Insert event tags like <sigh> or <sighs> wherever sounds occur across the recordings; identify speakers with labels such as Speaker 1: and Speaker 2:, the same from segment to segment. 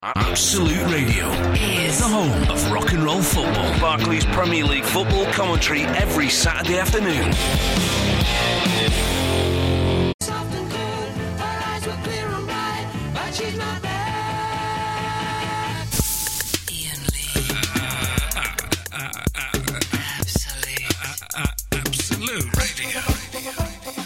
Speaker 1: Absolute Radio,
Speaker 2: is
Speaker 1: the home of rock and roll football. Barclays Premier League football commentary every Saturday afternoon.
Speaker 3: soft and cold. Her eyes were clear and bright, but she's not there.
Speaker 2: Ian Lee. Absolute.
Speaker 1: Absolute Radio.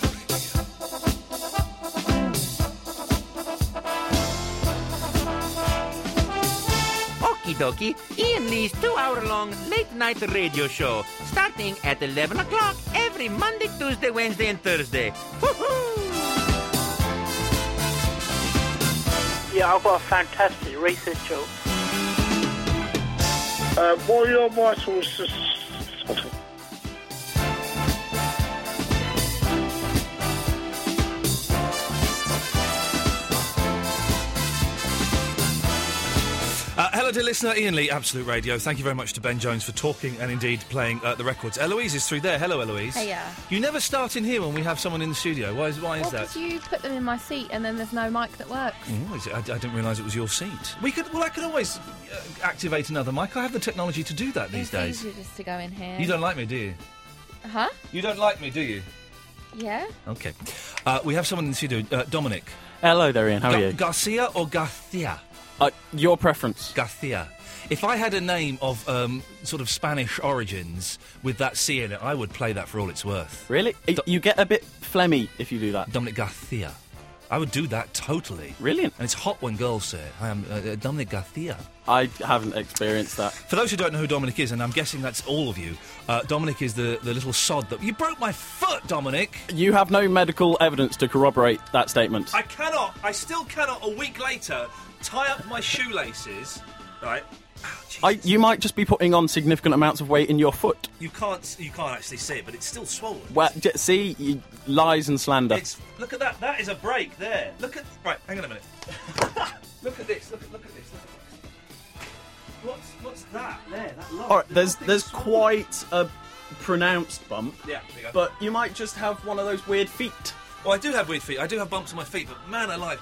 Speaker 4: Okie dokie, Ian Lee's two hour long late night radio show starting at 11 o'clock every Monday, Tuesday, Wednesday, and Thursday. Woohoo!
Speaker 5: Yeah, I've got a fantastic recent job.
Speaker 6: Uh, what are your vitals?
Speaker 7: Uh, hello, dear listener. Ian Lee, Absolute Radio. Thank you very much to Ben Jones for talking and indeed playing uh, the records. Eloise is through there. Hello, Eloise.
Speaker 8: Hiya.
Speaker 7: You never start in here when we have someone in the studio. Why is, why is
Speaker 8: Well,
Speaker 7: that?
Speaker 8: because you put them in my seat and then there's no mic that works.
Speaker 7: Oh, is it? I, I didn't realise it was your seat. We could. Well, I could always uh, activate another mic. I have the technology to do that these
Speaker 8: it's
Speaker 7: days.
Speaker 8: easier just to go in here.
Speaker 7: You don't like me, do you?
Speaker 8: Huh?
Speaker 7: You don't like me, do you?
Speaker 8: Yeah?
Speaker 7: Okay. Uh, we have someone in the studio. Uh, Dominic.
Speaker 9: Hello there, Ian. How are
Speaker 7: Ga-
Speaker 9: you?
Speaker 7: Garcia or Garcia?
Speaker 9: Uh, your preference.
Speaker 7: Garcia. If I had a name of um, sort of Spanish origins with that C in it, I would play that for all it's worth.
Speaker 9: Really? Y- you get a bit phlegmy if you do that.
Speaker 7: Dominic Garcia. I would do that totally.
Speaker 9: Brilliant.
Speaker 7: And it's hot when girls say it. I am uh, uh, Dominic Garcia.
Speaker 9: I haven't experienced that.
Speaker 7: For those who don't know who Dominic is, and I'm guessing that's all of you, uh, Dominic is the, the little sod that. You broke my foot, Dominic!
Speaker 9: You have no medical evidence to corroborate that statement.
Speaker 7: I cannot, I still cannot, a week later, tie up my shoelaces. Right. Ow, Jesus.
Speaker 9: I, you might just be putting on significant amounts of weight in your foot.
Speaker 7: you can't you can't actually see it, but it's still swollen.
Speaker 9: Well, j- see, you, lies and slander.
Speaker 7: It's look at that. That is a break there. Look at right. Hang on a minute. <laughs> look at this. Look at look at this. Look at this. What's what's that there? That lump.
Speaker 9: All right, there's
Speaker 7: Nothing
Speaker 9: there's
Speaker 7: small.
Speaker 9: quite a pronounced bump.
Speaker 7: Yeah, there you go.
Speaker 9: But you might just have one of those weird feet.
Speaker 7: Well, I do have weird feet. I do have bumps on my feet, but man alive.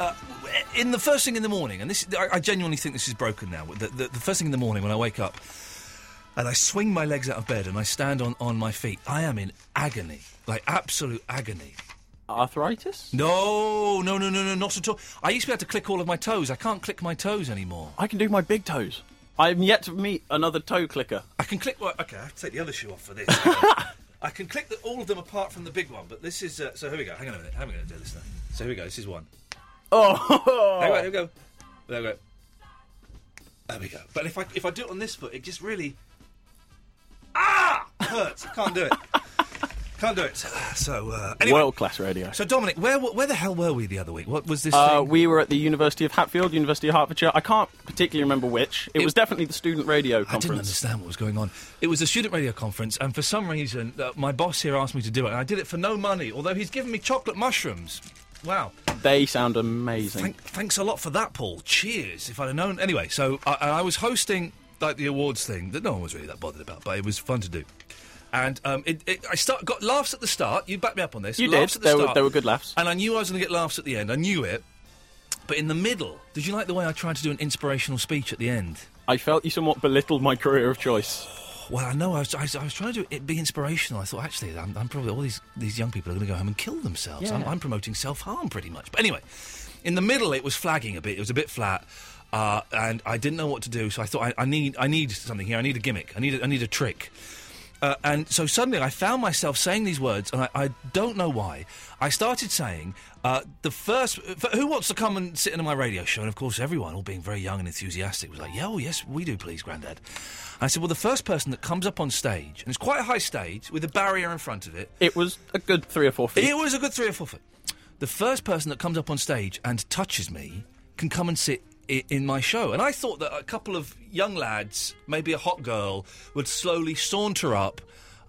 Speaker 7: Uh, w- in the first thing in the morning, and this, I, I genuinely think this is broken now. The, the, the first thing in the morning when I wake up, and I swing my legs out of bed and I stand on, on my feet, I am in agony, like absolute agony.
Speaker 9: Arthritis?
Speaker 7: No, no, no, no, no, not at all. I used to be able to click all of my toes. I can't click my toes anymore.
Speaker 9: I can do my big toes. I've yet to meet another toe clicker.
Speaker 7: I can click. Well, okay, I have to take the other shoe off
Speaker 9: <laughs>
Speaker 7: for this. I can click the, all of them apart from the big one, but this is. Uh, so here we go. Hang on a minute. How am I going to do this now? So here we go. This is one.
Speaker 9: <laughs> Oh,
Speaker 7: Hang on, here we go. There we go. There we go. But if I if I do it on this foot, it just really ah hurts. I can't do it. Can't do it. So uh, anyway.
Speaker 9: world class radio.
Speaker 7: so Dominic, where where the hell were we the other week? What was this?
Speaker 9: Uh,
Speaker 7: thing?
Speaker 9: we were at the University of Hatfield, University of Hertfordshire. I can't particularly remember which. It,
Speaker 7: It-
Speaker 9: was definitely the student radio
Speaker 7: I didn't
Speaker 9: conference.
Speaker 7: understand what was going on. It was a student radio conference, and for some reason, uh, my boss here asked me to do it, and I did it for no money, although he's given me chocolate mushrooms. Wow.
Speaker 9: They sound amazing.
Speaker 7: Thank, thanks a lot for that, Paul. Cheers. If I'd have known. Anyway, so I, I was hosting like the awards thing that no one was really that bothered about, but it was fun to do. And um, it, it, I start got laughs at the start. You backed me up on this.
Speaker 9: You
Speaker 7: laughs
Speaker 9: did.
Speaker 7: At the
Speaker 9: There were-
Speaker 7: start,
Speaker 9: there were good laughs.
Speaker 7: And I knew I was going to get laughs at the end. I knew it. But in the middle, did you like the way I tried to do an inspirational speech at the end?
Speaker 9: I felt you somewhat belittled my career of choice.
Speaker 7: Well, I know I was, I was, I was trying to it be inspirational. I thought actually, I'm, I'm probably all these these young people are going to go home and kill themselves. I'm,
Speaker 9: Yeah.
Speaker 7: I'm promoting self harm pretty much. But anyway, in the middle, it was flagging a bit. It was a bit flat, uh, and I didn't know what to do. So I thought I, I need I need something here. I need a gimmick. I need a, I need a trick. Uh, and so suddenly I found myself saying these words, and I, I don't know why. I started saying, uh, the first, f- who wants to come and sit into my radio show? And of course, everyone, all being very young and enthusiastic, was like, yeah, oh, yes, we do, please, Grandad. And I said, well, the first person that comes up on stage, and it's quite a high stage with a barrier in front of it,
Speaker 9: It was a good three or four feet.
Speaker 7: it was a good three or four foot. The first person that comes up on stage and touches me can come and sit i- in my show. And I thought that a couple of young lads, maybe a hot girl, would slowly saunter up.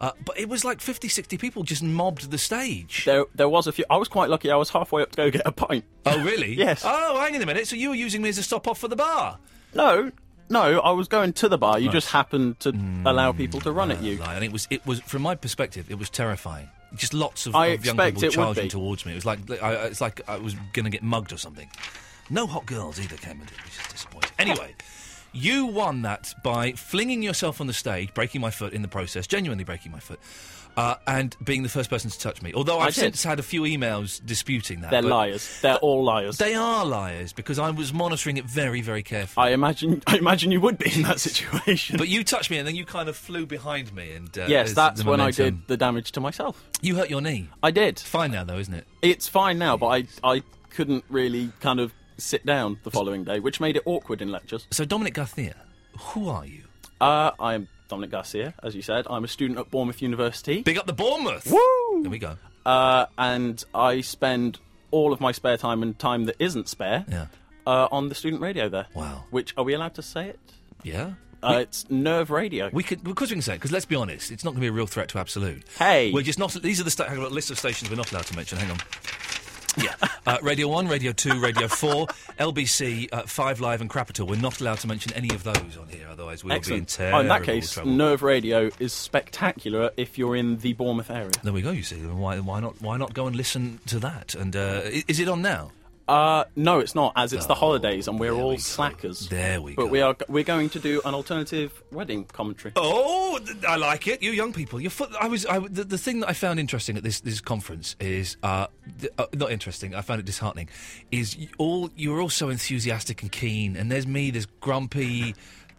Speaker 7: Uh, but it was like 50, 60 people just mobbed the stage.
Speaker 9: There, there was a few. I was quite lucky. I was halfway up to go get a pint.
Speaker 7: Oh, really?
Speaker 9: <laughs> yes.
Speaker 7: Oh, hang on a minute. So you were using me as a stop off for the bar?
Speaker 9: No, no. I was going to the bar. You just happened to allow people to run at you.
Speaker 7: Hmm. And it was, it was from my perspective, it was terrifying. Just lots of,
Speaker 9: I
Speaker 7: of young
Speaker 9: expect
Speaker 7: people
Speaker 9: it would
Speaker 7: charging
Speaker 9: be.
Speaker 7: towards me. It was like I, I- it's like I was going to get mugged or something. No hot girls either came and did, which is
Speaker 9: <laughs>
Speaker 7: disappointing. Anyway, you won that by flinging yourself on the stage, breaking my foot in the process, genuinely breaking my foot, uh, and being the first person to touch me. Although
Speaker 9: I
Speaker 7: I've
Speaker 9: did.
Speaker 7: since had a few emails disputing that.
Speaker 9: They're
Speaker 7: but
Speaker 9: liars. They're all liars.
Speaker 7: They are liars because I was monitoring it very, very carefully.
Speaker 9: I imagine. I imagine you would be in that
Speaker 7: <laughs>
Speaker 9: situation.
Speaker 7: But you touched me, and then you kind of flew behind me, and uh,
Speaker 9: yes,
Speaker 7: as
Speaker 9: that's
Speaker 7: the
Speaker 9: when I
Speaker 7: momentum-
Speaker 9: did the damage to myself.
Speaker 7: You hurt your knee.
Speaker 9: I did.
Speaker 7: Fine now, though, isn't it?
Speaker 9: It's fine now, but I I couldn't really kind of sit down the following day, which made it awkward in lectures.
Speaker 7: So Dominic Garcia, who are you?
Speaker 9: Uh, I am Dominic Garcia, as you said. I'm a student at Bournemouth University.
Speaker 7: Big up the Bournemouth.
Speaker 9: Woo!
Speaker 7: There we go.
Speaker 9: Uh, and I spend all of my spare time and time that isn't spare
Speaker 7: Yeah.
Speaker 9: uh, on the student radio there.
Speaker 7: Wow.
Speaker 9: Which are we allowed to say it?
Speaker 7: Yeah.
Speaker 9: Uh, it's Nerve Radio.
Speaker 7: We could, because we can say it. Because let's be honest, it's not going to be a real threat to absolute.
Speaker 9: Hey.
Speaker 7: we're just not. These are the sta- hang on, a list of stations we're not allowed to mention. Hang on. Yeah, uh, Radio One, Radio Two, Radio Four, <laughs> LBC, uh, Five Live, and Crapital. We're not allowed to mention any of those on here, otherwise we'll be in
Speaker 9: Excellent.
Speaker 7: terrible
Speaker 9: oh, in that case,
Speaker 7: trouble.
Speaker 9: Nerve Radio is spectacular if you're in the Bournemouth area.
Speaker 7: There we go. You see, why, why not? Why not go and listen to that? And uh, i- is it on now? Oh,
Speaker 9: Uh, no, it's not, as it's the holidays and we're all slackers.
Speaker 7: There we
Speaker 9: but
Speaker 7: go.
Speaker 9: we are we're going to do an alternative wedding commentary.
Speaker 7: Oh, th- I like it. You young people, your foot. I was. I, the, the thing that I found interesting at this this conference is uh, th- uh, not interesting. I found it disheartening. Is y- all you were all so enthusiastic and keen, and there's me, this grumpy,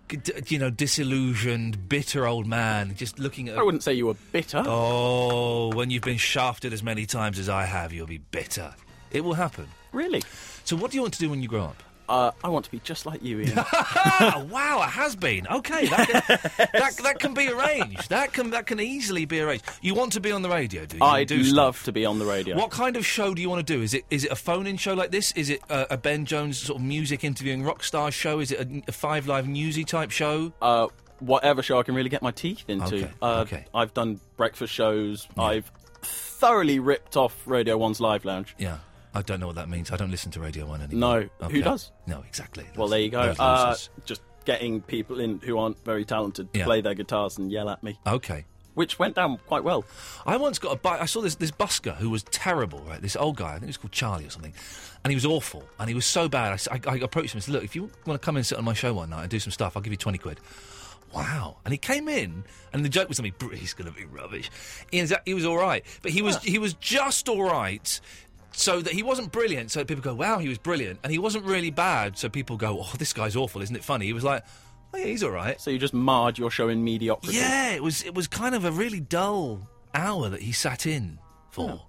Speaker 7: g- d- you know, disillusioned, bitter old man, just looking at.
Speaker 9: I wouldn't say you were bitter.
Speaker 7: Oh, when you've been shafted as many times as I have, you'll be bitter. It will happen.
Speaker 9: Really?
Speaker 7: So, what do you want to do when you grow up?
Speaker 9: Uh, I want to be just like you, Ian.
Speaker 7: <laughs> Ah, wow, it has been. Okay, that can, that, that can be arranged. That can that can easily be arranged. You want to be on the radio, do you? You
Speaker 9: I'd
Speaker 7: do stuff.
Speaker 9: love to be on the radio.
Speaker 7: What kind of show do you want to do? Is it is it a phone-in show like this? Is it uh, a Ben Jones sort of music interviewing rock star show? Is it a, a Five Live newsy type show?
Speaker 9: Uh, whatever show I can really get my teeth into.
Speaker 7: Okay,
Speaker 9: Uh,
Speaker 7: okay.
Speaker 9: I've done breakfast shows. I've thoroughly ripped off Radio One's Live Lounge.
Speaker 7: Yeah, I don't know what that means. I don't listen to Radio One
Speaker 9: No,
Speaker 7: anymore.
Speaker 9: who does?
Speaker 7: No, exactly.
Speaker 9: Well,
Speaker 7: Those-
Speaker 9: there you go.
Speaker 7: those
Speaker 9: Uh,
Speaker 7: losers.
Speaker 9: just getting people in who aren't very talented to
Speaker 7: Yeah.
Speaker 9: play their guitars and yell at me,
Speaker 7: okay.
Speaker 9: which went down quite well.
Speaker 7: I once got a bike. I saw this this busker who was terrible, right? This old guy, I think he was called Charlie or something, and he was awful, and he was so bad. I s- I, I approached him and said, "Look, if you want to come and sit on my show one night and do some stuff, I'll give you twenty quid." Wow! And he came in, and the joke was something. "Br- He's going to be rubbish. He, is- he was all right, but he was he was just all right. So that he wasn't brilliant, so people go, "Wow, he was brilliant," and he wasn't really bad, so people go, "Oh, this guy's awful, isn't it funny?" He was like, "Oh yeah, he's all right."
Speaker 9: So you just marred your show in mediocrity.
Speaker 7: Yeah, it was it was kind of a really dull hour that he sat in for.
Speaker 9: Well,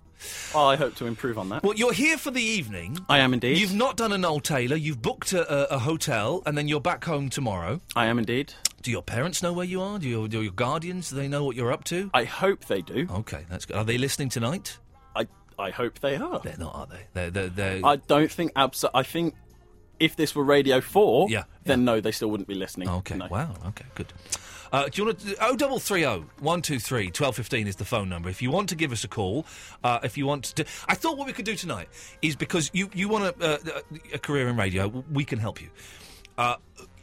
Speaker 9: Oh, I hope to improve on that.
Speaker 7: Well, you're here for the evening.
Speaker 9: I am indeed.
Speaker 7: You've not done a Noel Taylor. You've booked a, a, a hotel, and then you're back home tomorrow.
Speaker 9: I am indeed.
Speaker 7: Do your parents know where you are? Do your, do your guardians? Do they know what you're up to?
Speaker 9: I hope they do.
Speaker 7: Okay, that's good. Are they listening tonight?
Speaker 9: I I hope they are.
Speaker 7: They're not, are they? They're they're. they're
Speaker 9: I don't think abs. I think if this were Radio Four,
Speaker 7: Yeah,
Speaker 9: then no, they still wouldn't be listening.
Speaker 7: Okay.
Speaker 9: No.
Speaker 7: Wow. Okay. Good. Uh, do you want to? Oh, double three oh one two three twelve fifteen is the phone number. If you want to give us a call, uh, if you want to, I thought what we could do tonight is because you you want a, uh, a career in radio, we can help you. Uh,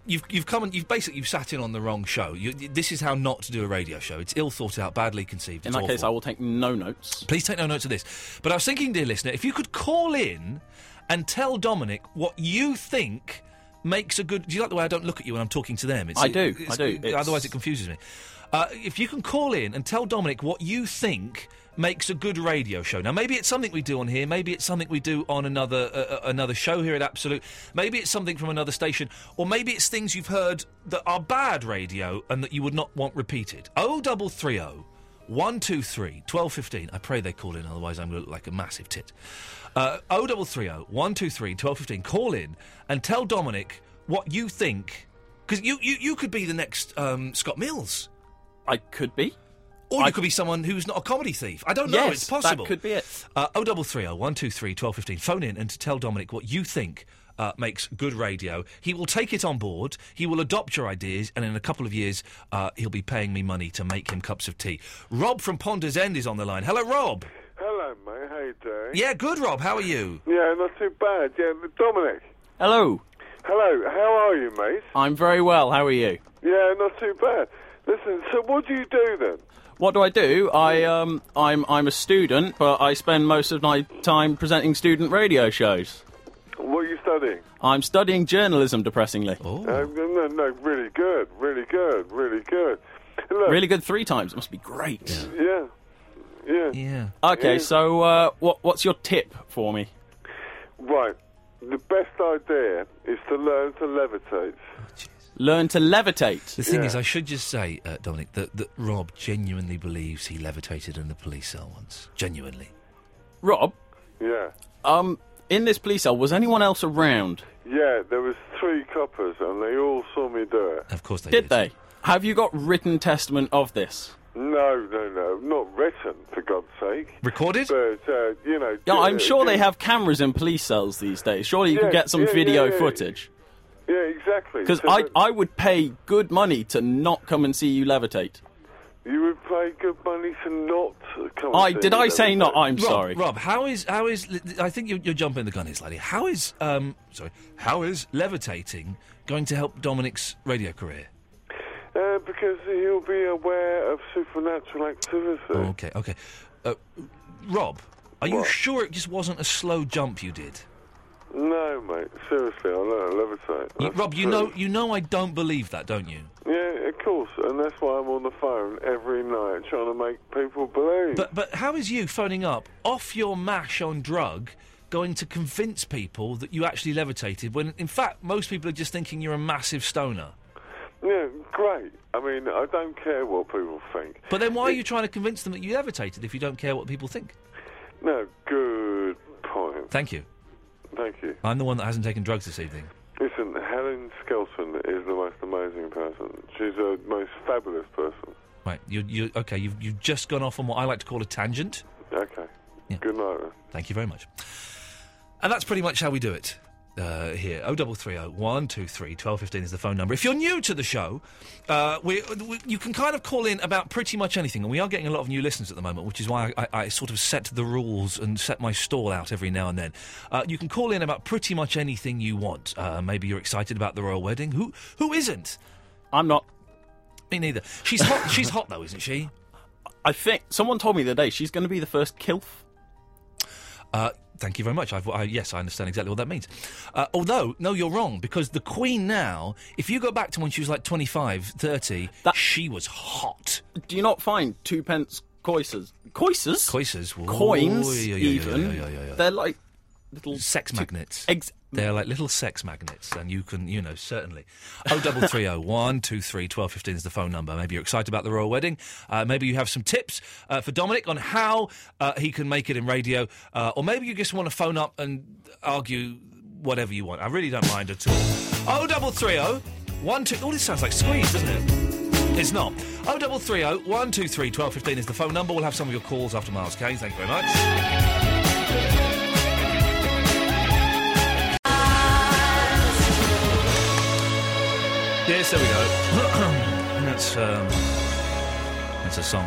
Speaker 7: You've, you've come and you've basically you've sat in on the wrong show. You, this is how not to do a radio show. It's ill thought out, badly conceived.
Speaker 9: In
Speaker 7: it's
Speaker 9: that case,
Speaker 7: awful.
Speaker 9: I will take no notes.
Speaker 7: Please take no notes of this. But I was thinking, dear listener, if you could call in and tell Dominic what you think makes a good. Do you like the way I don't look at you when I'm talking to them? It's,
Speaker 9: I do,
Speaker 7: it's-
Speaker 9: I do. It's-
Speaker 7: Otherwise, it confuses me. Uh, if you can call in and tell Dominic what you think makes a good radio show. Now, maybe it's something we do on here. Maybe it's something we do on another uh, uh, another show here at Absolute. Maybe it's something from another station, or maybe it's things you've heard that are bad radio and that you would not want repeated. O double three oh O. 123 1215. I pray they call in, otherwise, I'm going to look like a massive tit. Uh, 0330 123 1215. Call in and tell Dominic what you think. Because you, you, you could be the next um, Scott Mills.
Speaker 9: I could be.
Speaker 7: Or
Speaker 9: I-
Speaker 7: you could be someone who's not a comedy thief. I don't know.
Speaker 9: Yes,
Speaker 7: it's possible. oh
Speaker 9: that could be it.
Speaker 7: Uh, 0330 123 1215. Phone in and to tell Dominic what you think uh, makes good radio. He will take it on board. He will adopt your ideas, and in a couple of years, uh, he'll be paying me money to make him cups of tea. Rob from Ponders End is on the line. Hello, Rob.
Speaker 10: Hello, mate. How you doing?
Speaker 7: Yeah, good, Rob. How are you?
Speaker 10: Yeah, not too bad. Yeah, Dominic.
Speaker 9: Hello.
Speaker 10: Hello. How are you, mate?
Speaker 9: I'm very well. How are you?
Speaker 10: Yeah, not too bad. Listen. So, what do you do then?
Speaker 9: What do I do? I um, I'm I'm a student, but I spend most of my time presenting student radio shows.
Speaker 10: What are you studying?
Speaker 9: I'm studying journalism, depressingly.
Speaker 10: Uh,
Speaker 7: Oh.
Speaker 10: no, no, really good, really good, really good. Look,
Speaker 9: Really good three times. It must be great.
Speaker 10: Yeah, yeah,
Speaker 7: yeah.
Speaker 9: Okay,
Speaker 10: Yeah.
Speaker 9: so uh, what what's your tip for me?
Speaker 10: Right. The best idea is to learn to levitate.
Speaker 9: Learn to levitate.
Speaker 7: The thing is, I should just say, uh, Dominic, that, that Rob genuinely believes he levitated in the police cell once. Genuinely.
Speaker 9: Rob.
Speaker 10: Yeah.
Speaker 9: Um, in this police cell, was anyone else around?
Speaker 10: Yeah, there was three coppers, and they all saw me do it.
Speaker 7: Of course they
Speaker 9: did. they? Have you got written testament of this?
Speaker 10: No, no, no, not written for God's sake.
Speaker 7: Recorded?
Speaker 10: But uh, you know,
Speaker 9: Yeah,
Speaker 10: d-
Speaker 9: I'm
Speaker 10: uh,
Speaker 9: sure
Speaker 10: d-
Speaker 9: they have cameras in police cells these days. Surely you
Speaker 10: Yeah,
Speaker 9: can get some
Speaker 10: yeah, yeah,
Speaker 9: video
Speaker 10: yeah.
Speaker 9: footage.
Speaker 10: Yeah, exactly.
Speaker 9: Because
Speaker 10: So
Speaker 9: I,
Speaker 10: that-
Speaker 9: I would pay good money to not come and see you levitate.
Speaker 10: you would pay good money to not come. and
Speaker 9: I-
Speaker 10: see
Speaker 9: did
Speaker 10: me
Speaker 9: I say
Speaker 10: levitate.
Speaker 9: not? I'm
Speaker 7: Rob, Rob, how is how is I think you're, you're jumping the gun here slightly. How is um sorry, how is levitating going to help Dominic's radio career?
Speaker 10: Uh, because he'll be aware of supernatural activity.
Speaker 7: Okay, okay. Uh, Rob, are you sure it just wasn't a slow jump you did?
Speaker 10: No, mate. Seriously, I learned to levitate.
Speaker 7: You-
Speaker 10: That's
Speaker 7: Rob, you
Speaker 10: true.
Speaker 7: know you know I don't believe that, don't you?
Speaker 10: Yeah, of course, and that's why I'm on the phone every night trying to make people believe.
Speaker 7: But but how is you phoning up off your mash on drug going to convince people that you actually levitated when in fact most people are just thinking you're a massive stoner?
Speaker 10: Yeah, great. I mean, I don't care what people think.
Speaker 7: But then why are you trying to convince them that you levitated if you don't care what people think?
Speaker 10: No, good point.
Speaker 7: Thank you.
Speaker 10: Thank you.
Speaker 7: I'm the one that hasn't taken drugs this evening.
Speaker 10: Listen, Helen Skelton is the most amazing person. She's the most fabulous person.
Speaker 7: Right, you you okay? You've you've just gone off on what I like to call a tangent.
Speaker 10: Okay. Good night.
Speaker 7: Thank you very much. And that's pretty much how we do it uh, here. 0330 123 1215 is the phone number. If you're new to the show, uh, we, we, you can kind of call in about pretty much anything. And we are getting a lot of new listeners at the moment, which is why I, I, I sort of set the rules and set my stall out every now and then. Uh, you can call in about pretty much anything you want. Uh, maybe you're excited about the royal wedding. Who who isn't?
Speaker 9: I'm not.
Speaker 7: Me neither. She's hot. She's hot though, isn't she?
Speaker 9: I think someone told me the day she's going to be the first kilf.
Speaker 7: Uh, thank you very much. I've, I, yes, I understand exactly what that means. Uh, although, no, you're wrong, because the Queen now, if you go back to when she was like 25, 30, she was hot.
Speaker 9: Do you not find two pence coices? Coices?
Speaker 7: Coices? Whoa,
Speaker 9: Coins,
Speaker 7: yeah, yeah, yeah,
Speaker 9: even.
Speaker 7: yeah, yeah, yeah, yeah.
Speaker 9: They're like little.
Speaker 7: Sex
Speaker 9: two-
Speaker 7: magnets.
Speaker 9: Ex-
Speaker 7: They're like little sex magnets, and you can, you know, certainly. Oh, double three oh one two three twelve fifteen is the phone number. Maybe you're excited about the royal wedding. Uh, maybe you have some tips uh, for Dominic on how uh, he can make it in radio, uh, or maybe you just want to phone up and argue whatever you want. I really don't mind at all. Oh, double three oh one two. Oh, this sounds like squeeze, doesn't it? It's not. Oh, double three oh one two three twelve fifteen is the phone number. We'll have some of your calls after Miles Kane. Thank you very much. Yes, there we go. <clears throat> that's um, that's a song.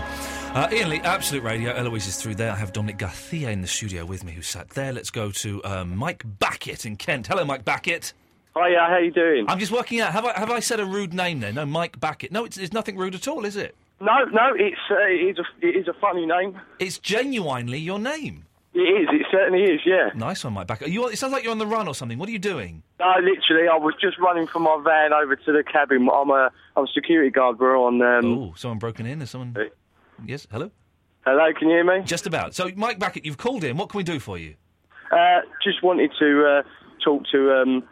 Speaker 7: Uh, Ian Lee, Absolute Radio. Eloise is through there. I have Dominic Garcia in the studio with me, who sat there. Let's go to um, Mike Backett in Kent. Hello, Mike Backett.
Speaker 11: Hiya, how you doing?
Speaker 7: I'm just working out. Have I have I said a rude name there? No, Mike Backett. No, it's, it's nothing rude at all, is it?
Speaker 11: No, no, it's uh, it is a it is a funny name.
Speaker 7: It's genuinely your name.
Speaker 11: It is. It certainly is. Yeah.
Speaker 7: Nice one, Mike Backett. Are you, on- it sounds like you're on the run or something. What are you doing?
Speaker 11: No, literally, I was just running from my van over to the cabin. I'm a I'm a security guard. We're on. Um,
Speaker 7: oh, someone broken in? Is someone? Yes. Hello.
Speaker 11: Hello, can you hear me?
Speaker 7: Just about. So, Mike Backett, you've called in. What can we do for you?
Speaker 11: Uh, just wanted to uh, talk to. Um,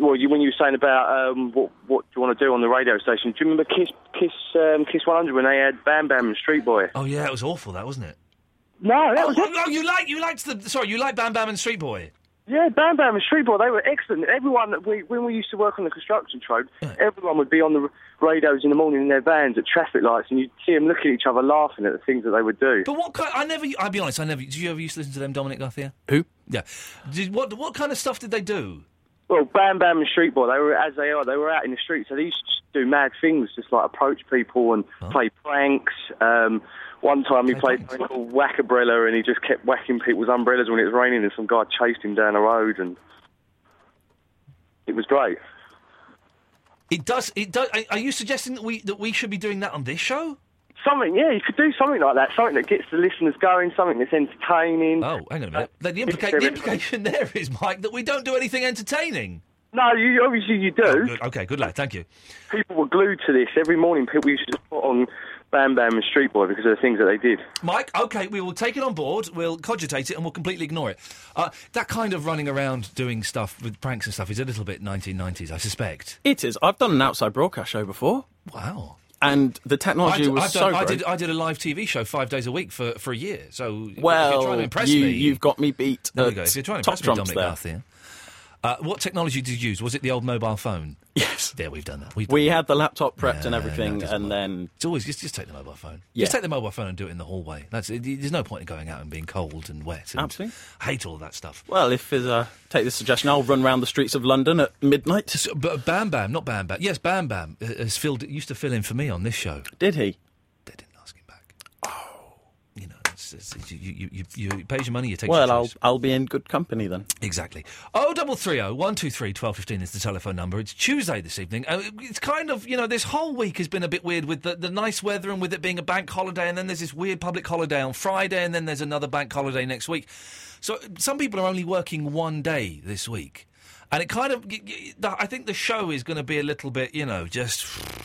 Speaker 11: well, you, when you were saying about um, what what do you want to do on the radio station? Do you remember Kiss Kiss um, Kiss 100 when they had Bam Bam and Street Boy?
Speaker 7: Oh yeah, that was awful. That wasn't it.
Speaker 11: No, that
Speaker 7: oh,
Speaker 11: was
Speaker 7: oh, oh, you like you liked the sorry, you like Bam Bam and Street Boy.
Speaker 11: Yeah, Bam Bam and Street Boy, they were excellent. Everyone, that we, when we used to work on the construction trade, everyone would be on the r- radios in the morning in their vans at traffic lights, and you'd see them looking at each other laughing at the things that they would do.
Speaker 7: But what kind? I never. I'll be honest. I never. Did you ever used to listen to them, Dominic Garcia?
Speaker 9: Who?
Speaker 7: Yeah. Did, what What kind of stuff did they do?
Speaker 11: Well, Bam Bam and Street Boy, they were as they are. They were out in the street, so they used to just do mad things, just like approach people and play pranks. Um, one time he played a prank called Whack Umbrella, and he just kept whacking people's umbrellas when it was raining, and some guy chased him down the road, and it was great.
Speaker 7: It does. It does. Are, are you suggesting that we that we should be doing that on this show?
Speaker 11: Something, yeah, you could do something like that. Something that gets the listeners going. Something that's entertaining.
Speaker 7: Oh, hang on a minute. The, the, implica- the implication <laughs> there is, Mike, that we don't do anything entertaining. Oh,
Speaker 11: No, you obviously you do.
Speaker 7: good. Okay, good lad. Thank you.
Speaker 11: People were glued to this every morning. People used to just put on Bam Bam and Street Boy because of the things that they did.
Speaker 7: Mike, okay, we will take it on board, we'll cogitate it, and we'll completely ignore it. Uh, that kind of running around doing stuff with pranks and stuff is a little bit 1990s, I suspect.
Speaker 9: It is. I've done an outside broadcast show before.
Speaker 7: Wow.
Speaker 9: And the technology
Speaker 7: I've,
Speaker 9: was
Speaker 7: I've
Speaker 9: so
Speaker 7: done, I,
Speaker 9: great.
Speaker 7: did, I did a live TV show five days a week for, for a year, so if
Speaker 9: well,
Speaker 7: you're trying to impress
Speaker 9: you,
Speaker 7: me,
Speaker 9: you've got me beat.
Speaker 7: there we
Speaker 9: at
Speaker 7: go. If you're trying to
Speaker 9: Top
Speaker 7: impress me,
Speaker 9: Trumps
Speaker 7: Dominic
Speaker 9: there.
Speaker 7: Garcia. Uh, what technology did you use? Was it the old mobile phone? Yes. Yeah, we've done that. We've
Speaker 9: We had the laptop prepped and everything, and then
Speaker 7: it's always just, just take the mobile phone.
Speaker 9: Yeah.
Speaker 7: Just take the mobile phone and do it in the hallway. That's it, there's no point in going out and being cold and wet. And Absolutely, hate all of that stuff.
Speaker 9: well, if there's a take this suggestion, I'll run round the streets of London at midnight.
Speaker 7: but uh, Bam Bam, not Bam Bam. Yes, Bam Bam uh, has filled used to fill in for me on this show.
Speaker 9: Did he?
Speaker 7: It's- it's- it's- you, you, you, you pays your money, you take.
Speaker 9: well,
Speaker 7: your
Speaker 9: I'll I'll be in good company then.
Speaker 7: Exactly. Oh, double three oh one two three twelve fifteen is the telephone number. It's Tuesday this evening. Uh, It's kind of you know this whole week has been a bit weird with the, the nice weather and with it being a bank holiday, and then there's this weird public holiday on Friday, and then there's another bank holiday next week. So some people are only working one day this week, and it kind of y- y- the- I think the show is going to be a little bit you know just. <sighs>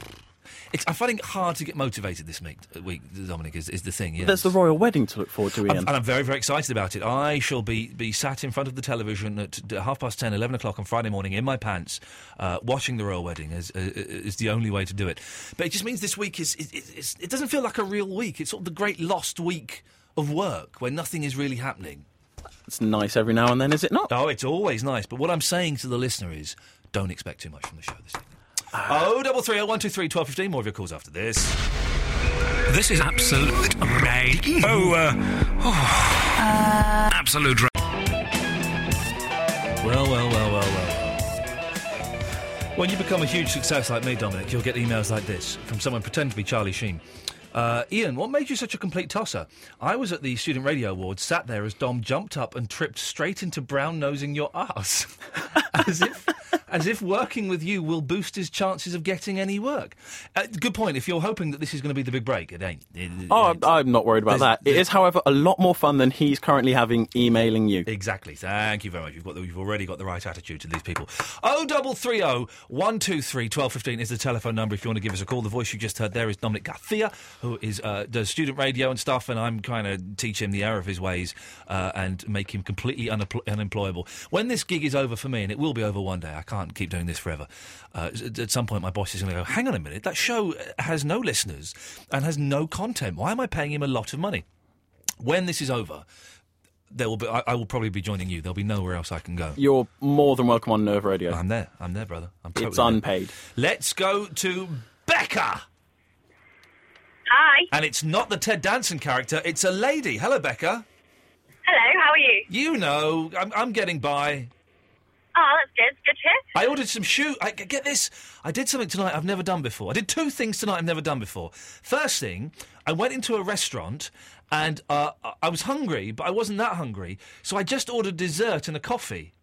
Speaker 7: It's, I'm finding it hard to get motivated this week. uh, Week Dominic is, is the thing. Yeah,
Speaker 9: There's the royal wedding to look forward to,
Speaker 7: I'm-
Speaker 9: Ian.
Speaker 7: and I'm very, very excited about it. I shall be, be sat in front of the television at d- half past 10, 11 o'clock on Friday morning in my pants, uh, watching the royal wedding is, is, is the only way to do it. But it just means this week is, is, is, it doesn't feel like a real week. It's sort of the great lost week of work where nothing is really happening.
Speaker 9: It's nice every now and then, is it not?
Speaker 7: Oh, it's always nice. But what I'm saying to the listener is don't expect too much from the show this evening. Oh, double three, oh, one, two, three, twelve, fifteen. More of your calls after this.
Speaker 1: This is absolute amazing. Oh, uh, oh. absolute. Ra-
Speaker 7: Well, well, well, well, well. When you become a huge success like me, Dominic, you'll get emails like this from someone pretending to be Charlie Sheen. Uh, Ian, what made you such a complete tosser? I was at the Student Radio Awards, sat there as Dom jumped up and tripped straight into brown nosing your ass. <laughs> as, if, as if working with you will boost his chances of getting any work. Uh, good point. If you're hoping that this is going to be the big break, it ain't. It- it-
Speaker 9: Oh, I'm, I'm not worried about
Speaker 7: There's-
Speaker 9: that. It is, however, a lot more fun than he's currently having emailing you.
Speaker 7: Exactly. Thank you very much. You've got the, you've already got the right attitude to these people. Oh, double three oh one two three twelve fifteen is the telephone number if you want to give us a call. The voice you just heard there is Dominic Garcia, who is uh, does student radio and stuff, and I'm trying to teach him the error of his ways uh, and make him completely unempl- unemployable. When this gig is over for me, and it will be over one day, I can't keep doing this forever. Uh, s- at some point, my boss is going to go, "Hang on a minute, that show uh, has no listeners and has no content. Why am I paying him a lot of money?" When this is over, there will be. I, I will probably be joining you. There'll be nowhere else I can go.
Speaker 9: You're more than welcome on Nerve Radio. I'm
Speaker 7: there. I'm there, brother. I'm
Speaker 9: it's
Speaker 7: totally there.
Speaker 9: unpaid.
Speaker 7: Let's go to Becca,
Speaker 12: Hi.
Speaker 7: and it's not the Ted Danson character. It's a lady. Hello, Becca.
Speaker 12: Hello, how are you?
Speaker 7: You know, I'm, I'm getting by.
Speaker 12: Oh, that's good. Good to hear.
Speaker 7: I ordered some shoe. I, get this. I did something tonight I've never done before. I did two things tonight I've never done before. First thing, I went into a restaurant and uh, I- I was hungry, but I wasn't that hungry, so I just ordered dessert and a coffee.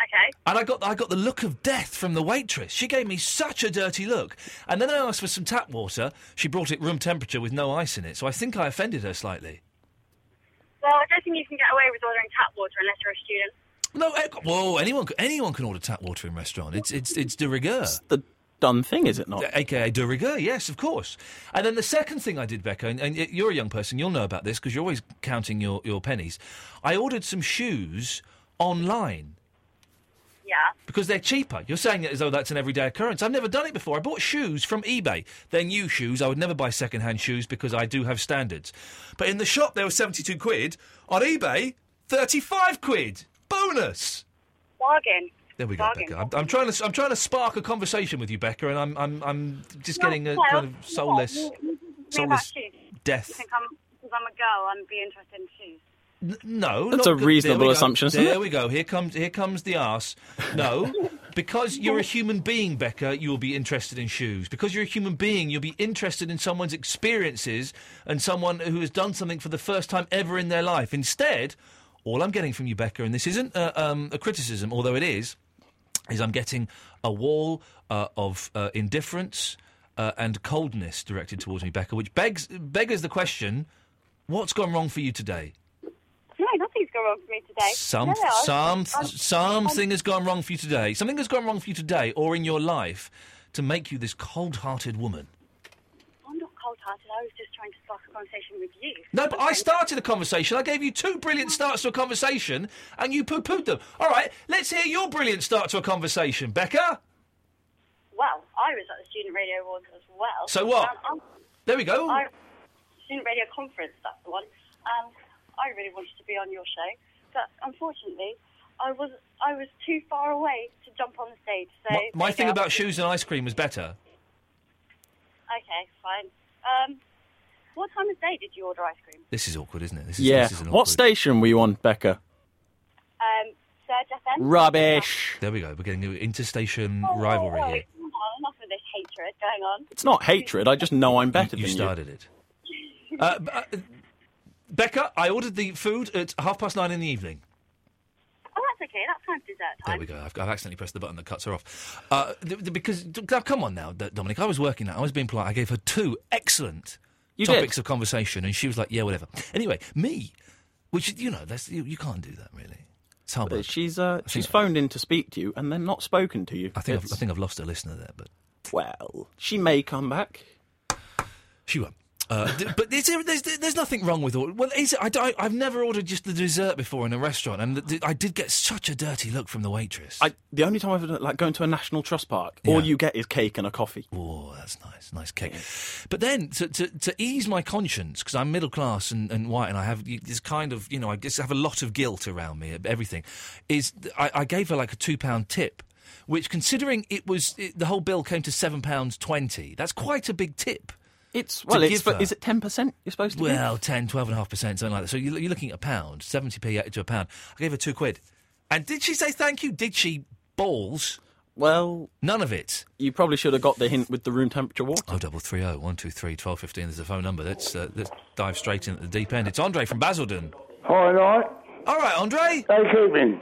Speaker 12: Okay.
Speaker 7: And I got I got the look of death from the waitress. She gave me such a dirty look. And then I asked for some tap water. She brought it room temperature with no ice in it. So I think I offended her slightly.
Speaker 12: Well, I don't think you can get away with ordering tap water unless you're a student.
Speaker 7: No, eh, whoa! Anyone c- anyone can order tap water in restaurant. It's it's it's de rigueur. It's
Speaker 9: the done thing, is it not?
Speaker 7: AKA de rigueur. Yes, of course. And then the second thing I did, Becca, and, and y- you're a young person, you'll know about this because you're always counting your your pennies. I ordered some shoes online.
Speaker 12: Yeah.
Speaker 7: because they're cheaper. You're saying it as though that's an everyday occurrence. I've never done it before. I bought shoes from eBay. They're new shoes. I would never buy second-hand shoes because I do have standards. But in the shop, they were 72 quid. On eBay, 35 quid. Bonus!
Speaker 12: Bargain.
Speaker 7: There we go,
Speaker 12: Bargain.
Speaker 7: Becca. I'm, I'm trying to I'm trying to spark a conversation with you, Becca, and I'm I'm I'm just getting a
Speaker 12: Well,
Speaker 7: kind of
Speaker 12: yeah,
Speaker 7: soulless
Speaker 12: you- you- you- you
Speaker 7: soulless
Speaker 12: about shoes.
Speaker 7: death.
Speaker 12: You think I'm, because I'm a girl, I'm be interested in shoes.
Speaker 7: N- no,
Speaker 9: That's
Speaker 7: not
Speaker 9: a
Speaker 7: good- there
Speaker 9: reasonable
Speaker 7: we go.
Speaker 9: assumption, isn't
Speaker 7: There
Speaker 9: it?
Speaker 7: we go. Here comes here comes the arse.
Speaker 9: <laughs>
Speaker 7: No, because you're a human being, Becca, you will be interested in shoes. Because you're a human being, you'll be interested in someone's experiences and someone who has done something for the first time ever in their life. Instead, all I'm getting from you, Becca, and this isn't uh, um, a criticism, although it is, is I'm getting a wall uh, of uh, indifference uh, and coldness directed towards me, Becca, which begs beggars the question: What's gone wrong for you today?
Speaker 12: No, nothing's gone wrong for me today.
Speaker 7: Some,
Speaker 12: no, no, I-
Speaker 7: some,
Speaker 12: I'm-
Speaker 7: something
Speaker 12: I'm-
Speaker 7: has gone wrong for you today. Something has gone wrong for you today, or in your life, to make you this cold-hearted woman.
Speaker 12: I'm not cold-hearted. I was just trying to start a conversation with you.
Speaker 7: No, but I started the conversation. I gave you two
Speaker 12: Mm-hmm.
Speaker 7: brilliant starts to a conversation, and you poo-pooed them. All right, let's hear your brilliant start to a conversation, Becca.
Speaker 12: Well, I was at the Student Radio Awards as well.
Speaker 7: So what?
Speaker 12: Um, I-
Speaker 7: There we go.
Speaker 12: I, student Radio Conference, that's the one. Um, I really wanted to be on your show, but unfortunately, I was I was too far away to jump on the stage. So
Speaker 7: My, my
Speaker 12: there you
Speaker 7: thing
Speaker 12: go.
Speaker 7: about shoes and ice cream was better.
Speaker 12: Okay, fine. Um, what time of day did you order ice cream?
Speaker 7: This is awkward, isn't it? This is,
Speaker 9: yeah.
Speaker 7: This is an
Speaker 9: what station were you on, Becca?
Speaker 12: Um, Surge FM.
Speaker 9: Rubbish.
Speaker 7: There we go. We're getting an interstation rivalry here.
Speaker 12: Oh, Come on, enough of this hatred going on.
Speaker 9: It's not hatred. I just know I'm better
Speaker 7: You
Speaker 9: than
Speaker 12: <laughs>
Speaker 7: started it. Uh, b- uh, Becca, I ordered the food at half past nine in the evening.
Speaker 12: Oh, that's okay. That's kind of dessert time.
Speaker 7: There we go. I've, I've accidentally pressed the button that cuts her off. Uh, th- th- because, th- now, come on now, D- Dominic. I was working that. I was being polite. I gave her two excellent
Speaker 9: You did.
Speaker 7: topics of conversation, and she was like, yeah, whatever. Anyway, me, which, you know, that's you, you can't do that, really. It's hard
Speaker 9: But
Speaker 7: work.
Speaker 9: she's uh, she's phoned in to speak to you and then not spoken to you.
Speaker 7: I think, I've, I think I've lost a listener there, but.
Speaker 9: Well, she may come back.
Speaker 7: She won't. Uh, d- but is there, there's, there's nothing wrong with all. Well, is it, I, don't- I've never ordered just the dessert before in a restaurant, and th- I did get such a dirty look from the waitress.
Speaker 9: I, the only time I've ever done it, like going to a national trust park, all you get is cake and a coffee.
Speaker 7: Oh, that's nice, nice cake. But then to, to, to ease my conscience, because I'm middle class and, and white, and I have y- this kind of, you know, I just have a lot of guilt around me, ab- everything, is th- I, I gave her like a £2 tip, which considering it was, it, the whole bill came to £7.20, that's quite a big tip.
Speaker 9: It's
Speaker 7: to
Speaker 9: well, it's
Speaker 7: give
Speaker 9: but
Speaker 7: her.
Speaker 9: is it ten percent? You're supposed to.
Speaker 7: Well,
Speaker 9: give?
Speaker 7: 10, 12.5%, something like that. So you're, you're looking at a pound, 70p to a pound. I gave her two quid. And did she say thank you? Did she balls?
Speaker 9: Well,
Speaker 7: none of it.
Speaker 9: You probably should have got the hint with the room temperature water.
Speaker 7: Oh, double three oh one two three twelve fifteen. There's a phone number. Let's uh, let's dive straight in at the deep end. It's Andre from Basildon.
Speaker 6: Hi, night.
Speaker 7: All right, Andre.
Speaker 6: How you keeping?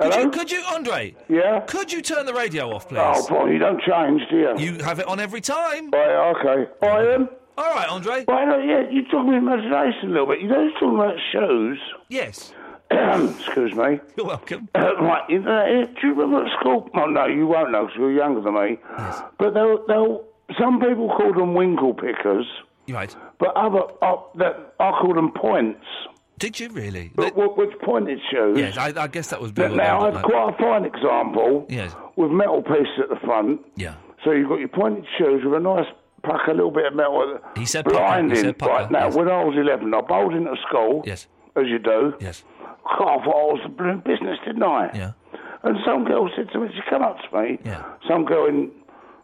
Speaker 7: Could
Speaker 6: Hello?
Speaker 7: you, could you, Andre?
Speaker 6: Yeah.
Speaker 7: Could you turn the radio off, please?
Speaker 6: Oh, boy, you don't change, do you?
Speaker 7: You have it on every time.
Speaker 6: Right, okay. I am.
Speaker 7: All right, Andre.
Speaker 6: Why not? Yeah, you took my imagination a little bit. You know, you're talking about shoes.
Speaker 7: <clears throat> Yes.
Speaker 6: <coughs> Excuse me.
Speaker 7: You're welcome.
Speaker 6: <coughs> right, you know, eh, do you remember at school? Oh, no, you won't know because you're younger than me. But they'll, they'll, some people call them winkle pickers,
Speaker 7: You're right.
Speaker 6: but other, uh, that, I call them points.
Speaker 7: Did you really?
Speaker 6: But, what which pointed shoes?
Speaker 7: Yes, I, I guess that was.
Speaker 6: But now I've quite a fine example
Speaker 7: Yes.
Speaker 6: with metal pieces at the front.
Speaker 7: Yeah.
Speaker 6: So you've got your pointed shoes with a nice puck, a little bit of metal. at the-
Speaker 7: He said pucker, he
Speaker 6: blinding.
Speaker 7: said pucker,
Speaker 6: Right now,
Speaker 7: yes.
Speaker 6: when I was eleven, I bowled into school.
Speaker 7: Yes.
Speaker 6: As you do.
Speaker 7: Yes.
Speaker 6: God, I thought I was the blooming business, didn't I?
Speaker 7: Yeah.
Speaker 6: And some girl said to me, she came up to me. Yeah. Some girl in,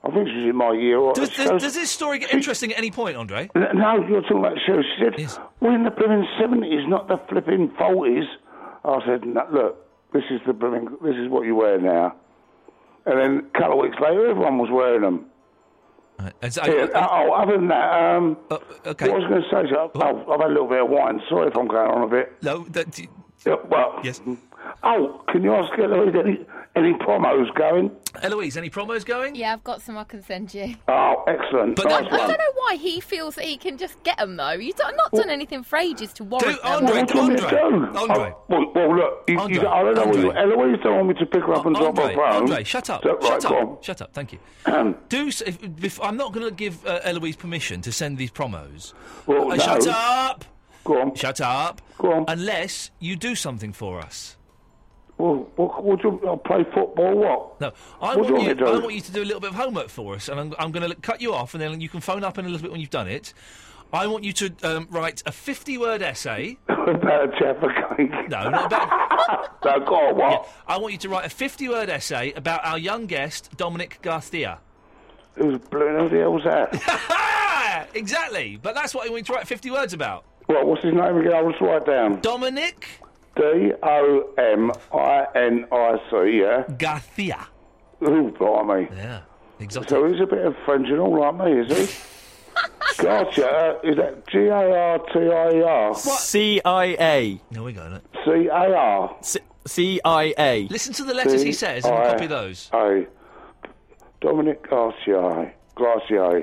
Speaker 6: I think she was in my year. Or
Speaker 7: Does,
Speaker 6: she
Speaker 7: does,
Speaker 6: goes,
Speaker 7: does this story get interesting at any point, Andre?
Speaker 6: N- No, you're talking about shoes. She said, we're in the flipping 70s, not the flipping 40s. I said, no, look, this is the blooming, this is what you wear now. And then a couple of weeks later, everyone was wearing them.
Speaker 7: And so-
Speaker 6: Yeah, oh, other than that, um,
Speaker 7: Uh, okay.
Speaker 6: what I was going to say is I've, I've, I've had a little bit of wine. Sorry if I'm going on a bit.
Speaker 7: No, that...
Speaker 6: Yeah, well, yes. Oh, can you ask Eloise any, any promos going?
Speaker 7: Eloise, any promos going?
Speaker 8: Yeah, I've got some I can send you.
Speaker 6: Oh, excellent.
Speaker 8: I,
Speaker 6: nice
Speaker 8: I
Speaker 6: one.
Speaker 8: don't know why he feels that he can just get them though. You've not, not done anything for ages to warrant them.
Speaker 6: Well, what do you want me to do? Oh, well, well, look, you, you, I don't know what you. Eloise don't want me to pick her up and drop her
Speaker 7: Andre,
Speaker 6: phone.
Speaker 7: Andre, shut up.
Speaker 6: So, right,
Speaker 7: shut
Speaker 6: go
Speaker 7: up.
Speaker 6: on.
Speaker 7: Shut up. Thank
Speaker 6: <clears throat>
Speaker 7: you. Do s- if, if, I'm not going to give uh, Eloise permission to send these promos.
Speaker 6: Well,
Speaker 7: Uh,
Speaker 6: no.
Speaker 7: Shut up.
Speaker 6: Go on.
Speaker 7: Shut up.
Speaker 6: Go on.
Speaker 7: Unless you do something for us.
Speaker 6: Well, what, what do you, I'll play football, what?
Speaker 7: No, I
Speaker 6: What do
Speaker 7: want you.
Speaker 6: you want me to do?
Speaker 7: I want you to do a little bit of homework for us, and I'm, I'm going to cut you off, and then you can phone up in a little bit when you've done it. I want you to um, write a 50-word
Speaker 6: <laughs>
Speaker 7: essay.
Speaker 6: About Jaffa Cake.
Speaker 7: No, not about.
Speaker 6: <laughs> no, go on, what?
Speaker 7: I want you to write a 50-word essay about our young guest Dominic Garcia.
Speaker 6: Who's blue? Who the hell's that?
Speaker 7: <laughs> Exactly, but that's what I want you to write 50 words about.
Speaker 6: Well, what's his name again? I'll just write it down.
Speaker 7: Dominic?
Speaker 6: D O M I N I C, yeah?
Speaker 7: Garcia.
Speaker 6: Ooh, blimey.
Speaker 7: Yeah, exactly.
Speaker 6: So he's a bit of French and all like me, is
Speaker 7: <laughs>
Speaker 6: he? gotcha. Uh, is that G A R T I E R?
Speaker 9: CIA.
Speaker 7: There we go.
Speaker 6: C A R.
Speaker 9: CIA.
Speaker 7: Listen to the letters he says and
Speaker 6: C-I-A.
Speaker 7: copy those.
Speaker 6: Dominic Garcia. Garcia.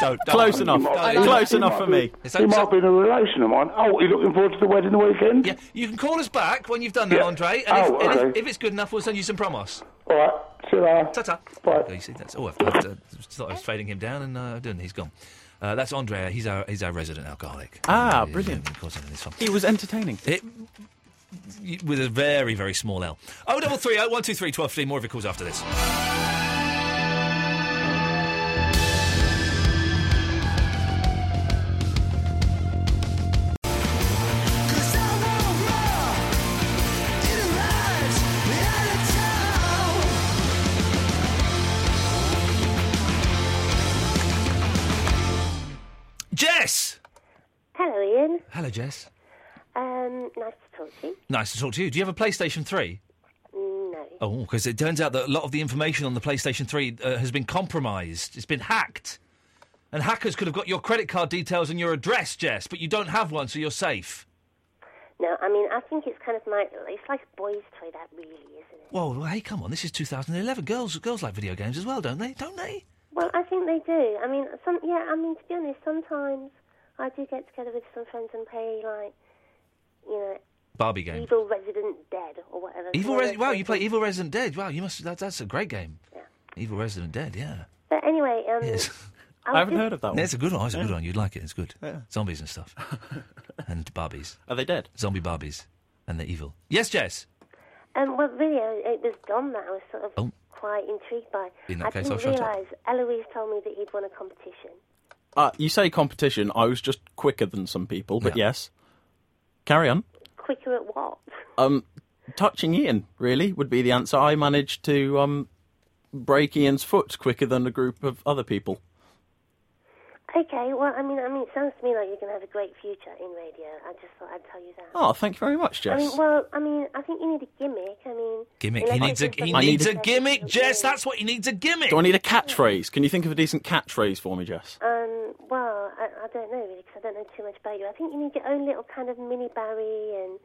Speaker 9: don't. Close enough. Close enough for me.
Speaker 6: He might be in a relation of mine. Oh, you looking forward to the wedding the weekend? Yeah.
Speaker 7: You can call us back when you've done that,
Speaker 6: Yeah.
Speaker 7: Andre. And,
Speaker 6: Oh,
Speaker 7: if, and if-
Speaker 6: okay.
Speaker 7: if, it's good enough, we'll send you some promos.
Speaker 6: All right. See you later.
Speaker 7: Ta-ta.
Speaker 6: Bye.
Speaker 7: Oh, you see, that's, oh I've, I've, uh, thought I was fading him down, and uh, I didn't. He's gone. Uh, that's Andre. He's our he's our resident alcoholic.
Speaker 9: Ah, brilliant.
Speaker 7: Of course, I'm in this one.
Speaker 9: He was entertaining.
Speaker 7: It, with a very very small L. Oh, double three oh one two three twelve fifteen. More of your calls after this. Jess.
Speaker 13: Hello, Ian.
Speaker 7: Hello, Jess.
Speaker 13: Um, nice to talk to you.
Speaker 7: Nice to talk to you. Do you have a PlayStation Three?
Speaker 13: No.
Speaker 7: Oh, because it turns out that a lot of the information on the PlayStation 3 uh, has been compromised. It's been hacked. And hackers could have got your credit card details and your address, Jess, but you don't have one, so you're safe.
Speaker 13: No, I mean, I think it's kind of my. It's like a boys' toy, that really, isn't it?
Speaker 7: Whoa, well, hey, come on. This is 2011. Girls girls like video games as well, don't they? Don't they?
Speaker 13: Well, I think they do. I mean, some. Yeah, I mean, to be honest, sometimes I do get together with some friends and play, like, you know,
Speaker 7: Barbie game.
Speaker 13: Evil Resident Dead or whatever.
Speaker 7: Evil
Speaker 13: You know,
Speaker 7: Resident. Wow, you play Evil Resident Dead. Wow, you must. That, that's a great game. Evil Resident Dead, yeah.
Speaker 13: But anyway, um.
Speaker 7: Yes. <laughs>
Speaker 13: I was just-
Speaker 7: It's a good one. It's a good one. You'd like it. It's good. Zombies and
Speaker 9: <laughs>
Speaker 7: stuff. and Barbies.
Speaker 9: Are they dead?
Speaker 7: Zombie Barbies. And they're evil. Yes, Jess.
Speaker 13: Um, well, really, uh, it was Dom that I was sort of
Speaker 7: Oh.
Speaker 13: quite intrigued by.
Speaker 7: In that
Speaker 13: I
Speaker 7: case, I'll
Speaker 13: didn't
Speaker 7: shut up.
Speaker 13: realise Eloise told me that he'd won a competition.
Speaker 9: Uh, you say competition. I was just quicker than some people, but yes. Carry on.
Speaker 13: Quicker at what? <laughs>
Speaker 9: Um, touching Ian really would be the answer. I managed to um break Ian's foot quicker than a group of other people.
Speaker 13: Okay, well, I mean, I mean, it sounds to me like you're going to have a great future in radio. I just thought I'd tell you that.
Speaker 9: Oh, thank you very much, Jess.
Speaker 13: I mean, well, I mean, I think you need a gimmick. I mean,
Speaker 9: Gimmick.
Speaker 13: unless
Speaker 9: He needs a-
Speaker 13: it's just
Speaker 9: he
Speaker 13: like-
Speaker 9: needs a
Speaker 7: Gimmick, Jess. That's what he needs a gimmick.
Speaker 9: Do I need a catchphrase? Can you think of a decent catchphrase for me, Jess?
Speaker 13: Um, well, I, I don't know really because I don't know too much about you. I think you need your own little kind of mini Barry and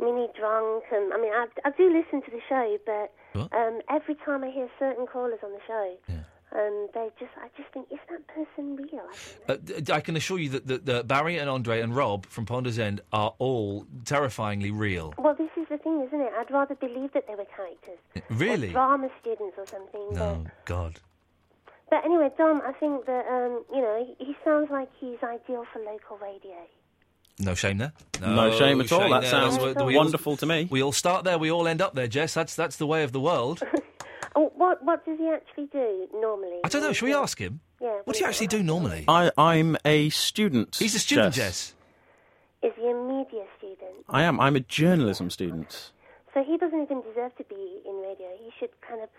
Speaker 13: mini drunk. And I mean, I, I do listen to the show, but um, every time I hear certain callers on the show, um, they just, I just think, is that person real? I think-
Speaker 7: Uh, d- I can assure you that, that, that Barry and Andre and Rob from Ponder's End are all terrifyingly real.
Speaker 13: Well, this is the thing, isn't it? I'd rather believe that they were characters,
Speaker 7: Really?
Speaker 13: drama students or something. but-
Speaker 7: No, God.
Speaker 13: But anyway, Dom, I think that um, you know he, he sounds like he's ideal for local radio.
Speaker 7: No shame there.
Speaker 9: No shame at all. That
Speaker 7: there.
Speaker 9: sounds
Speaker 7: That's what-
Speaker 9: wonderful
Speaker 7: all, to me. We all start there. We all end up there, Jess. That's that's the way of the world.
Speaker 13: Oh, what what does he actually do normally?
Speaker 7: I don't know. Should we ask him?
Speaker 13: Yeah.
Speaker 7: What do you actually do normally?
Speaker 9: I, I'm a student.
Speaker 7: He's a student, Jess.
Speaker 13: Is he a media student?
Speaker 9: I am. I'm a journalism student.
Speaker 13: So he doesn't even deserve to be in radio. He should kind of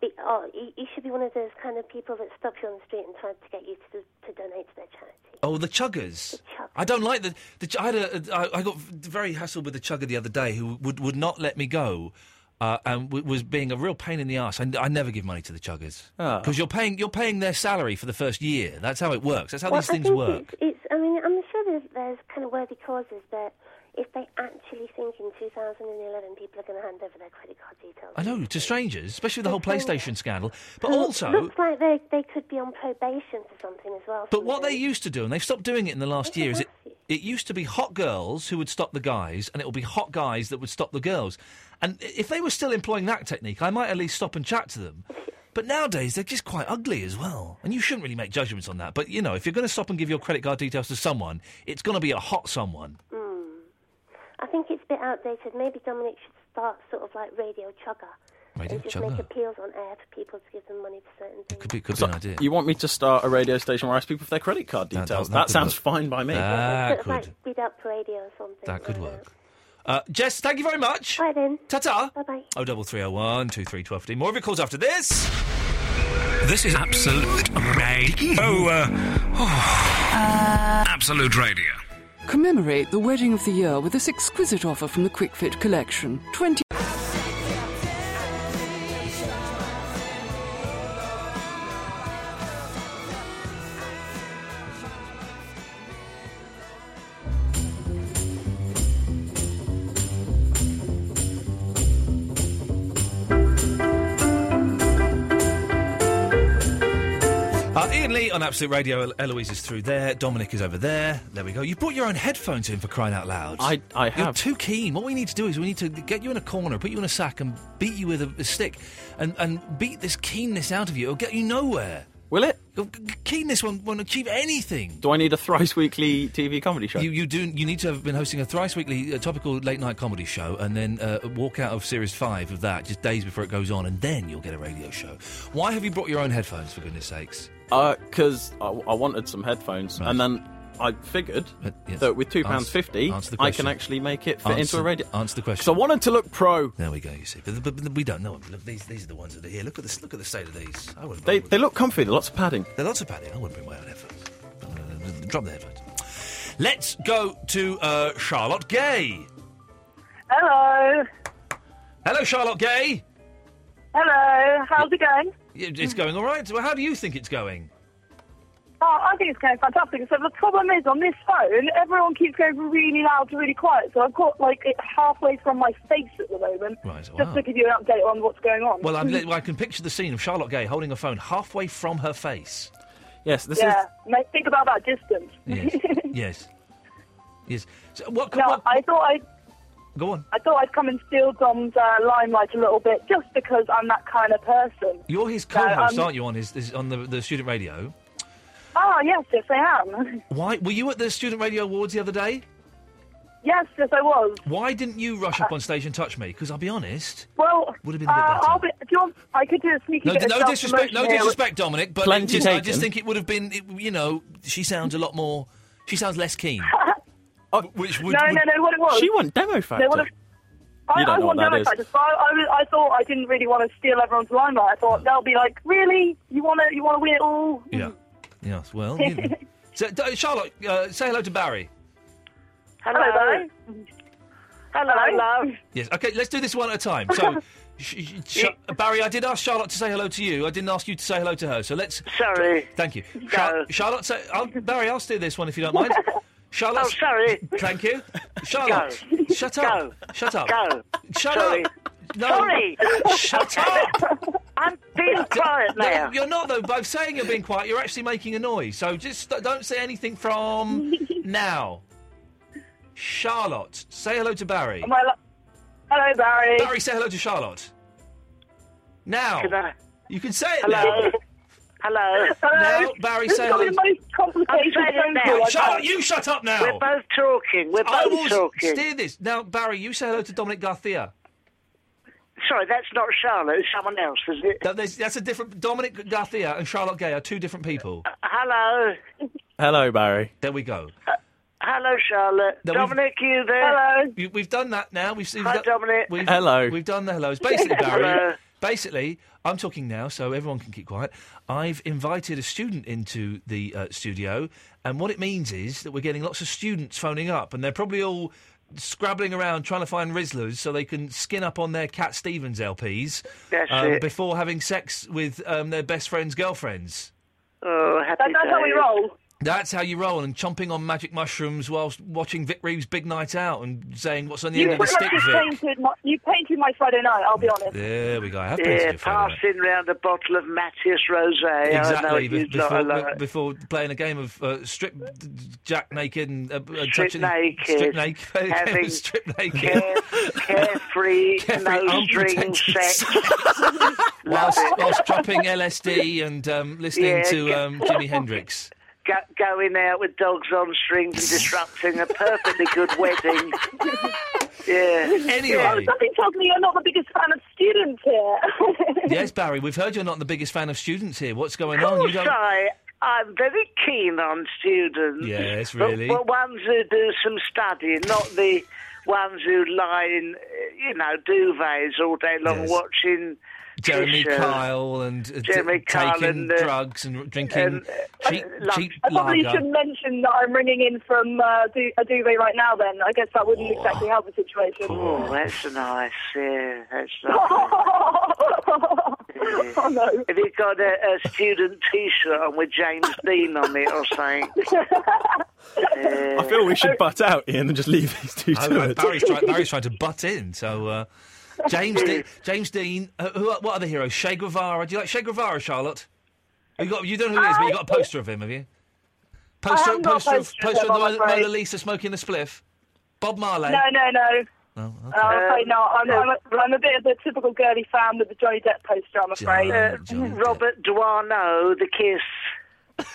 Speaker 13: be. Oh, he, he should be one of those kind of people that stop you on the street and try to get you to to donate to their charity.
Speaker 7: Oh, the chuggers. I don't like the. the ch- I, had a, I, I got very hassled with a chugger the other day who would, would not let me go uh, and w- was being a real pain in the ass. I, I never give money to the chuggers because you're paying you're paying their salary for the first year. That's how it works. That's how
Speaker 13: Well,
Speaker 7: these
Speaker 13: I
Speaker 7: things
Speaker 13: think
Speaker 7: work.
Speaker 13: It's, it's. I mean, I'm sure there's, there's kind of worthy causes, but if they actually think in 2011 people are going to hand over their credit card details,
Speaker 7: I know to strangers, especially with the whole PlayStation scandal. But
Speaker 13: It
Speaker 7: also,
Speaker 13: looks like they they could be on probation for something as well.
Speaker 7: but what they used to do, and they've stopped doing it in the last year, is it, it used to be hot girls who would stop the guys, and it would be hot guys that would stop the girls. And i- if they were still employing that technique, I might at least stop and chat to them. But nowadays, they're just quite ugly as well. And you shouldn't really make judgments on that. But, you know, if you're going to stop and give your credit card details to someone, it's going to be a hot someone.
Speaker 13: Mm. I think it's a bit outdated. Maybe Dominic should start sort of like radio chugger
Speaker 7: Radio
Speaker 13: and just
Speaker 7: chugger.
Speaker 13: make appeals on air for people to give them money for certain things.
Speaker 7: Could be, could
Speaker 9: So
Speaker 7: be an idea.
Speaker 9: You want me to start a radio station where I ask people for their credit card
Speaker 7: That-
Speaker 9: details?
Speaker 7: that
Speaker 9: That,
Speaker 7: could
Speaker 9: sounds
Speaker 7: work.
Speaker 9: fine by me.
Speaker 7: That
Speaker 13: Sort of like beat up radio or something.
Speaker 7: That could work. Uh, Jess, thank you very much.
Speaker 13: Bye then.
Speaker 7: Ta-ta.
Speaker 13: Bye bye.
Speaker 7: Oh, double three oh one two three twelve fifteen. More of your calls after this.
Speaker 1: This is absolute radio. Oh, uh, Absolute radio.
Speaker 14: Commemorate the wedding of the year with this exquisite offer from the Quick Fit collection. 20
Speaker 7: Uh, Ian Lee on Absolute Radio. El- Eloise is through there. Dominic is over there. There we go. You brought your own headphones in for crying out loud.
Speaker 9: I- I
Speaker 7: You're
Speaker 9: have.
Speaker 7: too keen. What we need to do is we need to get you in a corner, put you in a sack, and beat you with a, a stick, and, and beat this keenness out of you. It'll get you nowhere.
Speaker 9: Will it?
Speaker 7: Keenness won't, won't achieve anything.
Speaker 9: Do I need a thrice weekly TV comedy show?
Speaker 7: You, you do. You need to have been hosting a thrice weekly uh, topical late night comedy show, and then uh, walk out of series five of that just days before it goes on, and then you'll get a radio show. Why have you brought your own headphones? For goodness sakes.
Speaker 9: Because Uh, I, I wanted some headphones, and then I figured that with two pounds fifty,
Speaker 7: Answer the
Speaker 9: I
Speaker 7: question.
Speaker 9: can actually make it fit into
Speaker 7: Answer-
Speaker 9: a radio.
Speaker 7: Answer the question.
Speaker 9: So I wanted to look pro.
Speaker 7: There we go. You see, but, but, but we don't know. 'em. Look, these these are the ones that are here. Look at this. Look at the state of these. I wouldn't.
Speaker 9: They they look comfy. They're lots of padding.
Speaker 7: They're lots of padding. I wouldn't bring my own headphones. Uh, Drop the headphones. Let's go to uh, Charlotte Gay.
Speaker 15: Hello.
Speaker 7: Hello, Charlotte Gay.
Speaker 15: Hello. How's it going?
Speaker 7: It- It's going all right. Well, how do you think it's going?
Speaker 15: Oh, I think it's going fantastic. So the problem is on this phone, everyone keeps going really loud to really quiet. So I've got like it halfway from my face at the moment.
Speaker 7: Right.
Speaker 15: Just
Speaker 7: Wow.
Speaker 15: to give you an update on what's going on.
Speaker 7: Well, I'm, well, I can picture the scene of Charlotte Gay holding a phone halfway from her face.
Speaker 9: Yes,
Speaker 15: yeah. Mate, think about that distance.
Speaker 7: Yes. yes. Yes. So what,
Speaker 15: no, I thought I.
Speaker 7: Go on.
Speaker 15: I thought I'd come and steal Dom's uh, limelight a little bit, just because I'm that kind of person.
Speaker 7: You're his
Speaker 15: No,
Speaker 7: co-host,
Speaker 15: um,
Speaker 7: aren't you? On his, his on the, the student radio.
Speaker 15: Ah, yes, yes, I am. <laughs>
Speaker 7: Why were you at the student radio awards the other day?
Speaker 15: yes, yes, I was.
Speaker 7: Why didn't you rush up on stage and touch me? Because I'll be honest.
Speaker 15: Well,
Speaker 7: Would have been a bit
Speaker 15: uh,
Speaker 7: better.
Speaker 15: I'll be, do you want, I could do a sneaky
Speaker 7: No,
Speaker 15: bit of
Speaker 7: no disrespect, no
Speaker 15: self-promotion here.
Speaker 7: disrespect, Dominic. But
Speaker 9: Plenty
Speaker 7: it just, I
Speaker 9: taken.
Speaker 7: just think it would have been, it, you know, she sounds a lot more. She sounds
Speaker 15: <laughs>
Speaker 7: less keen. which would,
Speaker 15: no,
Speaker 7: would-
Speaker 15: no, no. What it was? They would have- I,
Speaker 7: You don't
Speaker 15: I
Speaker 7: know
Speaker 15: want
Speaker 7: what that
Speaker 15: demo
Speaker 7: is.
Speaker 15: factors, but I, I, was- I thought I didn't really want to steal everyone's limelight. I thought they'll be like, "Really? You want to? You want to win it all?"
Speaker 7: Yeah. Yes. Well.
Speaker 15: <laughs>
Speaker 7: you- so, d- Charlotte, uh, say hello to Barry.
Speaker 15: Hello, Barry. Hello, <laughs> love.
Speaker 7: Yes. Okay. Let's do this one at a time.
Speaker 15: <laughs>
Speaker 7: So, sh- sh- sh- Barry, I did ask Charlotte to say hello to you. I didn't ask you to say hello to her. So let's.
Speaker 5: Sorry.
Speaker 7: Thank you, Char- Charlotte. Say, I'll, Barry, I'll steer this one if you don't
Speaker 5: <laughs>
Speaker 7: mind. Charlotte.
Speaker 5: Oh, sorry.
Speaker 7: Thank you, Charlotte. Shut up. Shut up.
Speaker 5: Go.
Speaker 7: Shut
Speaker 5: Sorry.
Speaker 7: up. No.
Speaker 5: Sorry.
Speaker 7: Shut up.
Speaker 5: I'm being quiet
Speaker 7: No,
Speaker 5: now.
Speaker 7: you're not though. By saying you're being quiet, you're actually making a noise. So just st- don't say
Speaker 5: <laughs>
Speaker 7: anything from now. Charlotte, say hello to Barry.
Speaker 15: Am I li- Hello, Barry.
Speaker 7: Barry, say hello to Charlotte. Now.
Speaker 5: Can I-
Speaker 7: You can say it
Speaker 5: Hello.
Speaker 7: now.
Speaker 5: Hello.
Speaker 7: Hello. No, Barry,
Speaker 5: This
Speaker 7: say
Speaker 5: is probably
Speaker 7: hello.
Speaker 5: the most complicated
Speaker 7: I'm saying it
Speaker 5: phone
Speaker 7: now.
Speaker 5: call I've
Speaker 7: Charlotte,
Speaker 5: had.
Speaker 7: you shut up now.
Speaker 5: We're both talking. We're
Speaker 7: I
Speaker 5: both
Speaker 7: will s-
Speaker 5: talking.
Speaker 7: steer this. Now, Barry, you say hello to Dominic Garcia.
Speaker 5: Sorry, that's not Charlotte. It's someone else, is it?
Speaker 7: That- there's- that's a different. Dominic Garcia and Charlotte Gay are two different
Speaker 5: <laughs>
Speaker 7: people.
Speaker 5: Hello.
Speaker 9: Hello, Barry.
Speaker 7: There we go.
Speaker 5: Hello, Charlotte.
Speaker 7: No, we've-
Speaker 5: Dominic, you there?
Speaker 7: You, we've done that now. We've seen.
Speaker 5: Hi, Dominic.
Speaker 7: We've,
Speaker 9: Hello.
Speaker 7: We've done
Speaker 5: <laughs>
Speaker 7: the hellos. Basically, Barry.
Speaker 5: Hello.
Speaker 7: Basically, I'm talking now, so everyone can keep quiet. I've invited a student into the uh, studio, and what it means is that we're getting lots of students phoning up, and they're probably all scrabbling around trying to find Rizzlers so they can skin up on their Cat Stevens LPs
Speaker 5: That's
Speaker 7: um,
Speaker 5: it.
Speaker 7: before having sex with um, their best friends' girlfriends.
Speaker 5: Oh, happy
Speaker 15: That- that's how we
Speaker 5: days.
Speaker 15: roll.
Speaker 7: That's how you roll, and chomping on magic mushrooms whilst watching Vic Reeves' Big Night Out and saying, What's on the
Speaker 15: You
Speaker 7: end of the
Speaker 15: pretty
Speaker 7: stick,
Speaker 15: much just
Speaker 7: Vic?
Speaker 15: painted my, you painted my Friday night. I'll be honest.
Speaker 7: There we go. I have painted
Speaker 5: Yeah,
Speaker 7: it for you.
Speaker 5: passing round a bottle of Matthias Rosé. I know
Speaker 7: Exactly.
Speaker 5: it
Speaker 7: be-
Speaker 5: is not
Speaker 7: before,
Speaker 5: a lot.
Speaker 7: be- before playing a game of uh, strip d- d- jack naked and uh, uh,
Speaker 5: Strip
Speaker 7: touching
Speaker 5: naked.
Speaker 7: strip naked, <laughs> playing a game
Speaker 5: Having
Speaker 7: of strip naked,
Speaker 5: Care,
Speaker 7: <laughs>
Speaker 5: carefree, no string
Speaker 7: unprotected
Speaker 5: sex.
Speaker 7: <laughs>
Speaker 5: Love
Speaker 7: whilst,
Speaker 5: it.
Speaker 7: whilst dropping LSD and um, listening
Speaker 5: Yeah,
Speaker 7: to
Speaker 5: go-
Speaker 7: um, Jimi Hendrix.
Speaker 5: Go, going out with dogs on strings
Speaker 7: <laughs>
Speaker 5: and disrupting a perfectly good wedding. Yeah.
Speaker 7: Anyway.
Speaker 15: Something tells me you're not the biggest fan of students here. <laughs>
Speaker 5: <laughs>
Speaker 7: yes, Barry, we've heard you're not the biggest fan of students here. What's going on?
Speaker 5: course I, I'm very keen on students.
Speaker 7: Yes,
Speaker 5: but-
Speaker 7: really.
Speaker 5: But, ones who do some study, not the ones who lie in, uh, you know, duvets all day long
Speaker 7: Yes.
Speaker 5: watching.
Speaker 7: Jeremy
Speaker 5: Fisher.
Speaker 7: Kyle and uh, d-
Speaker 5: Jeremy Kyle
Speaker 7: taking
Speaker 5: and, uh,
Speaker 7: drugs and drinking
Speaker 5: and, uh,
Speaker 7: cheap,
Speaker 5: love-
Speaker 7: cheap
Speaker 15: I probably
Speaker 7: lager.
Speaker 15: should mention that I'm ringing in from uh, du- a duvet right now. Then I guess that wouldn't exactly help the situation.
Speaker 5: Oh, that's nice. Yeah, that's nice. Yeah. Have you got a, a student T-shirt on with James Dean on it or something?
Speaker 9: I feel we should butt out, Ian, and just leave these two
Speaker 7: I-
Speaker 9: to
Speaker 7: I-
Speaker 9: it.
Speaker 7: Barry's, try, Barry's trying to butt in. So uh,
Speaker 5: <laughs>
Speaker 7: James, De- James Dean. Uh, who? are- What other heroes? Che Guevara. Do you like Che Guevara, Charlotte? You got. You don't know who he is, but you got a poster of him, have you? Poster,
Speaker 15: haven't got a
Speaker 7: poster,
Speaker 15: poster of
Speaker 7: poster
Speaker 15: him,
Speaker 7: of the
Speaker 15: I'm
Speaker 7: Mona- Mona
Speaker 15: afraid.
Speaker 7: Lisa smoking a spliff. Bob Marley.
Speaker 15: No, no, no.
Speaker 7: No,
Speaker 15: Uh, I'm afraid not. I'm, I'm, a, I'm a bit of the typical girly fan with the Johnny Depp poster. I'm afraid.
Speaker 5: Uh, Robert Duarno, the kiss.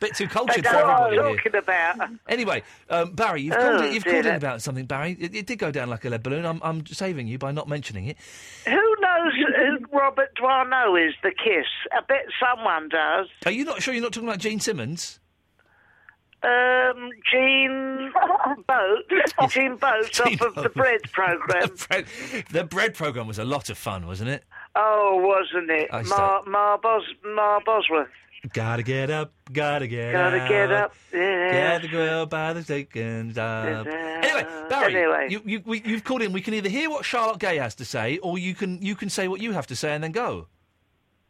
Speaker 7: Bit too cultured
Speaker 5: I
Speaker 7: for
Speaker 5: don't know what
Speaker 7: everybody.
Speaker 5: I'm
Speaker 7: here.
Speaker 5: talking about.
Speaker 7: Anyway, um, Barry, you've,
Speaker 5: Oh,
Speaker 7: called, in, you've
Speaker 5: dear,
Speaker 7: called in
Speaker 5: that-
Speaker 7: about something, Barry. It, it did go down like a lead balloon. I'm, I'm saving you by not mentioning it.
Speaker 5: Who knows who Robert Duarno is, the kiss? I bet someone does.
Speaker 7: Are you not sure you're not talking about Gene Simmons?
Speaker 5: Um, Gene Boat,
Speaker 7: <laughs>
Speaker 5: Gene Boat off of the Bread Programme.
Speaker 7: Bread, the bread program was a lot of fun, wasn't it?
Speaker 5: Oh, wasn't it?
Speaker 7: I
Speaker 5: Mar, Mar, Bos, Mar Bosworth.
Speaker 7: Gotta get up, gotta get
Speaker 5: Gotta
Speaker 7: out.
Speaker 5: get up.
Speaker 7: Get
Speaker 5: Yeah.
Speaker 7: the grill by the chickens up.
Speaker 5: Anyway,
Speaker 7: Uh, Barry, You, you, we, you've called in. We can either hear what Charlotte Gay has to say, or you can you can say what you have to say and then go.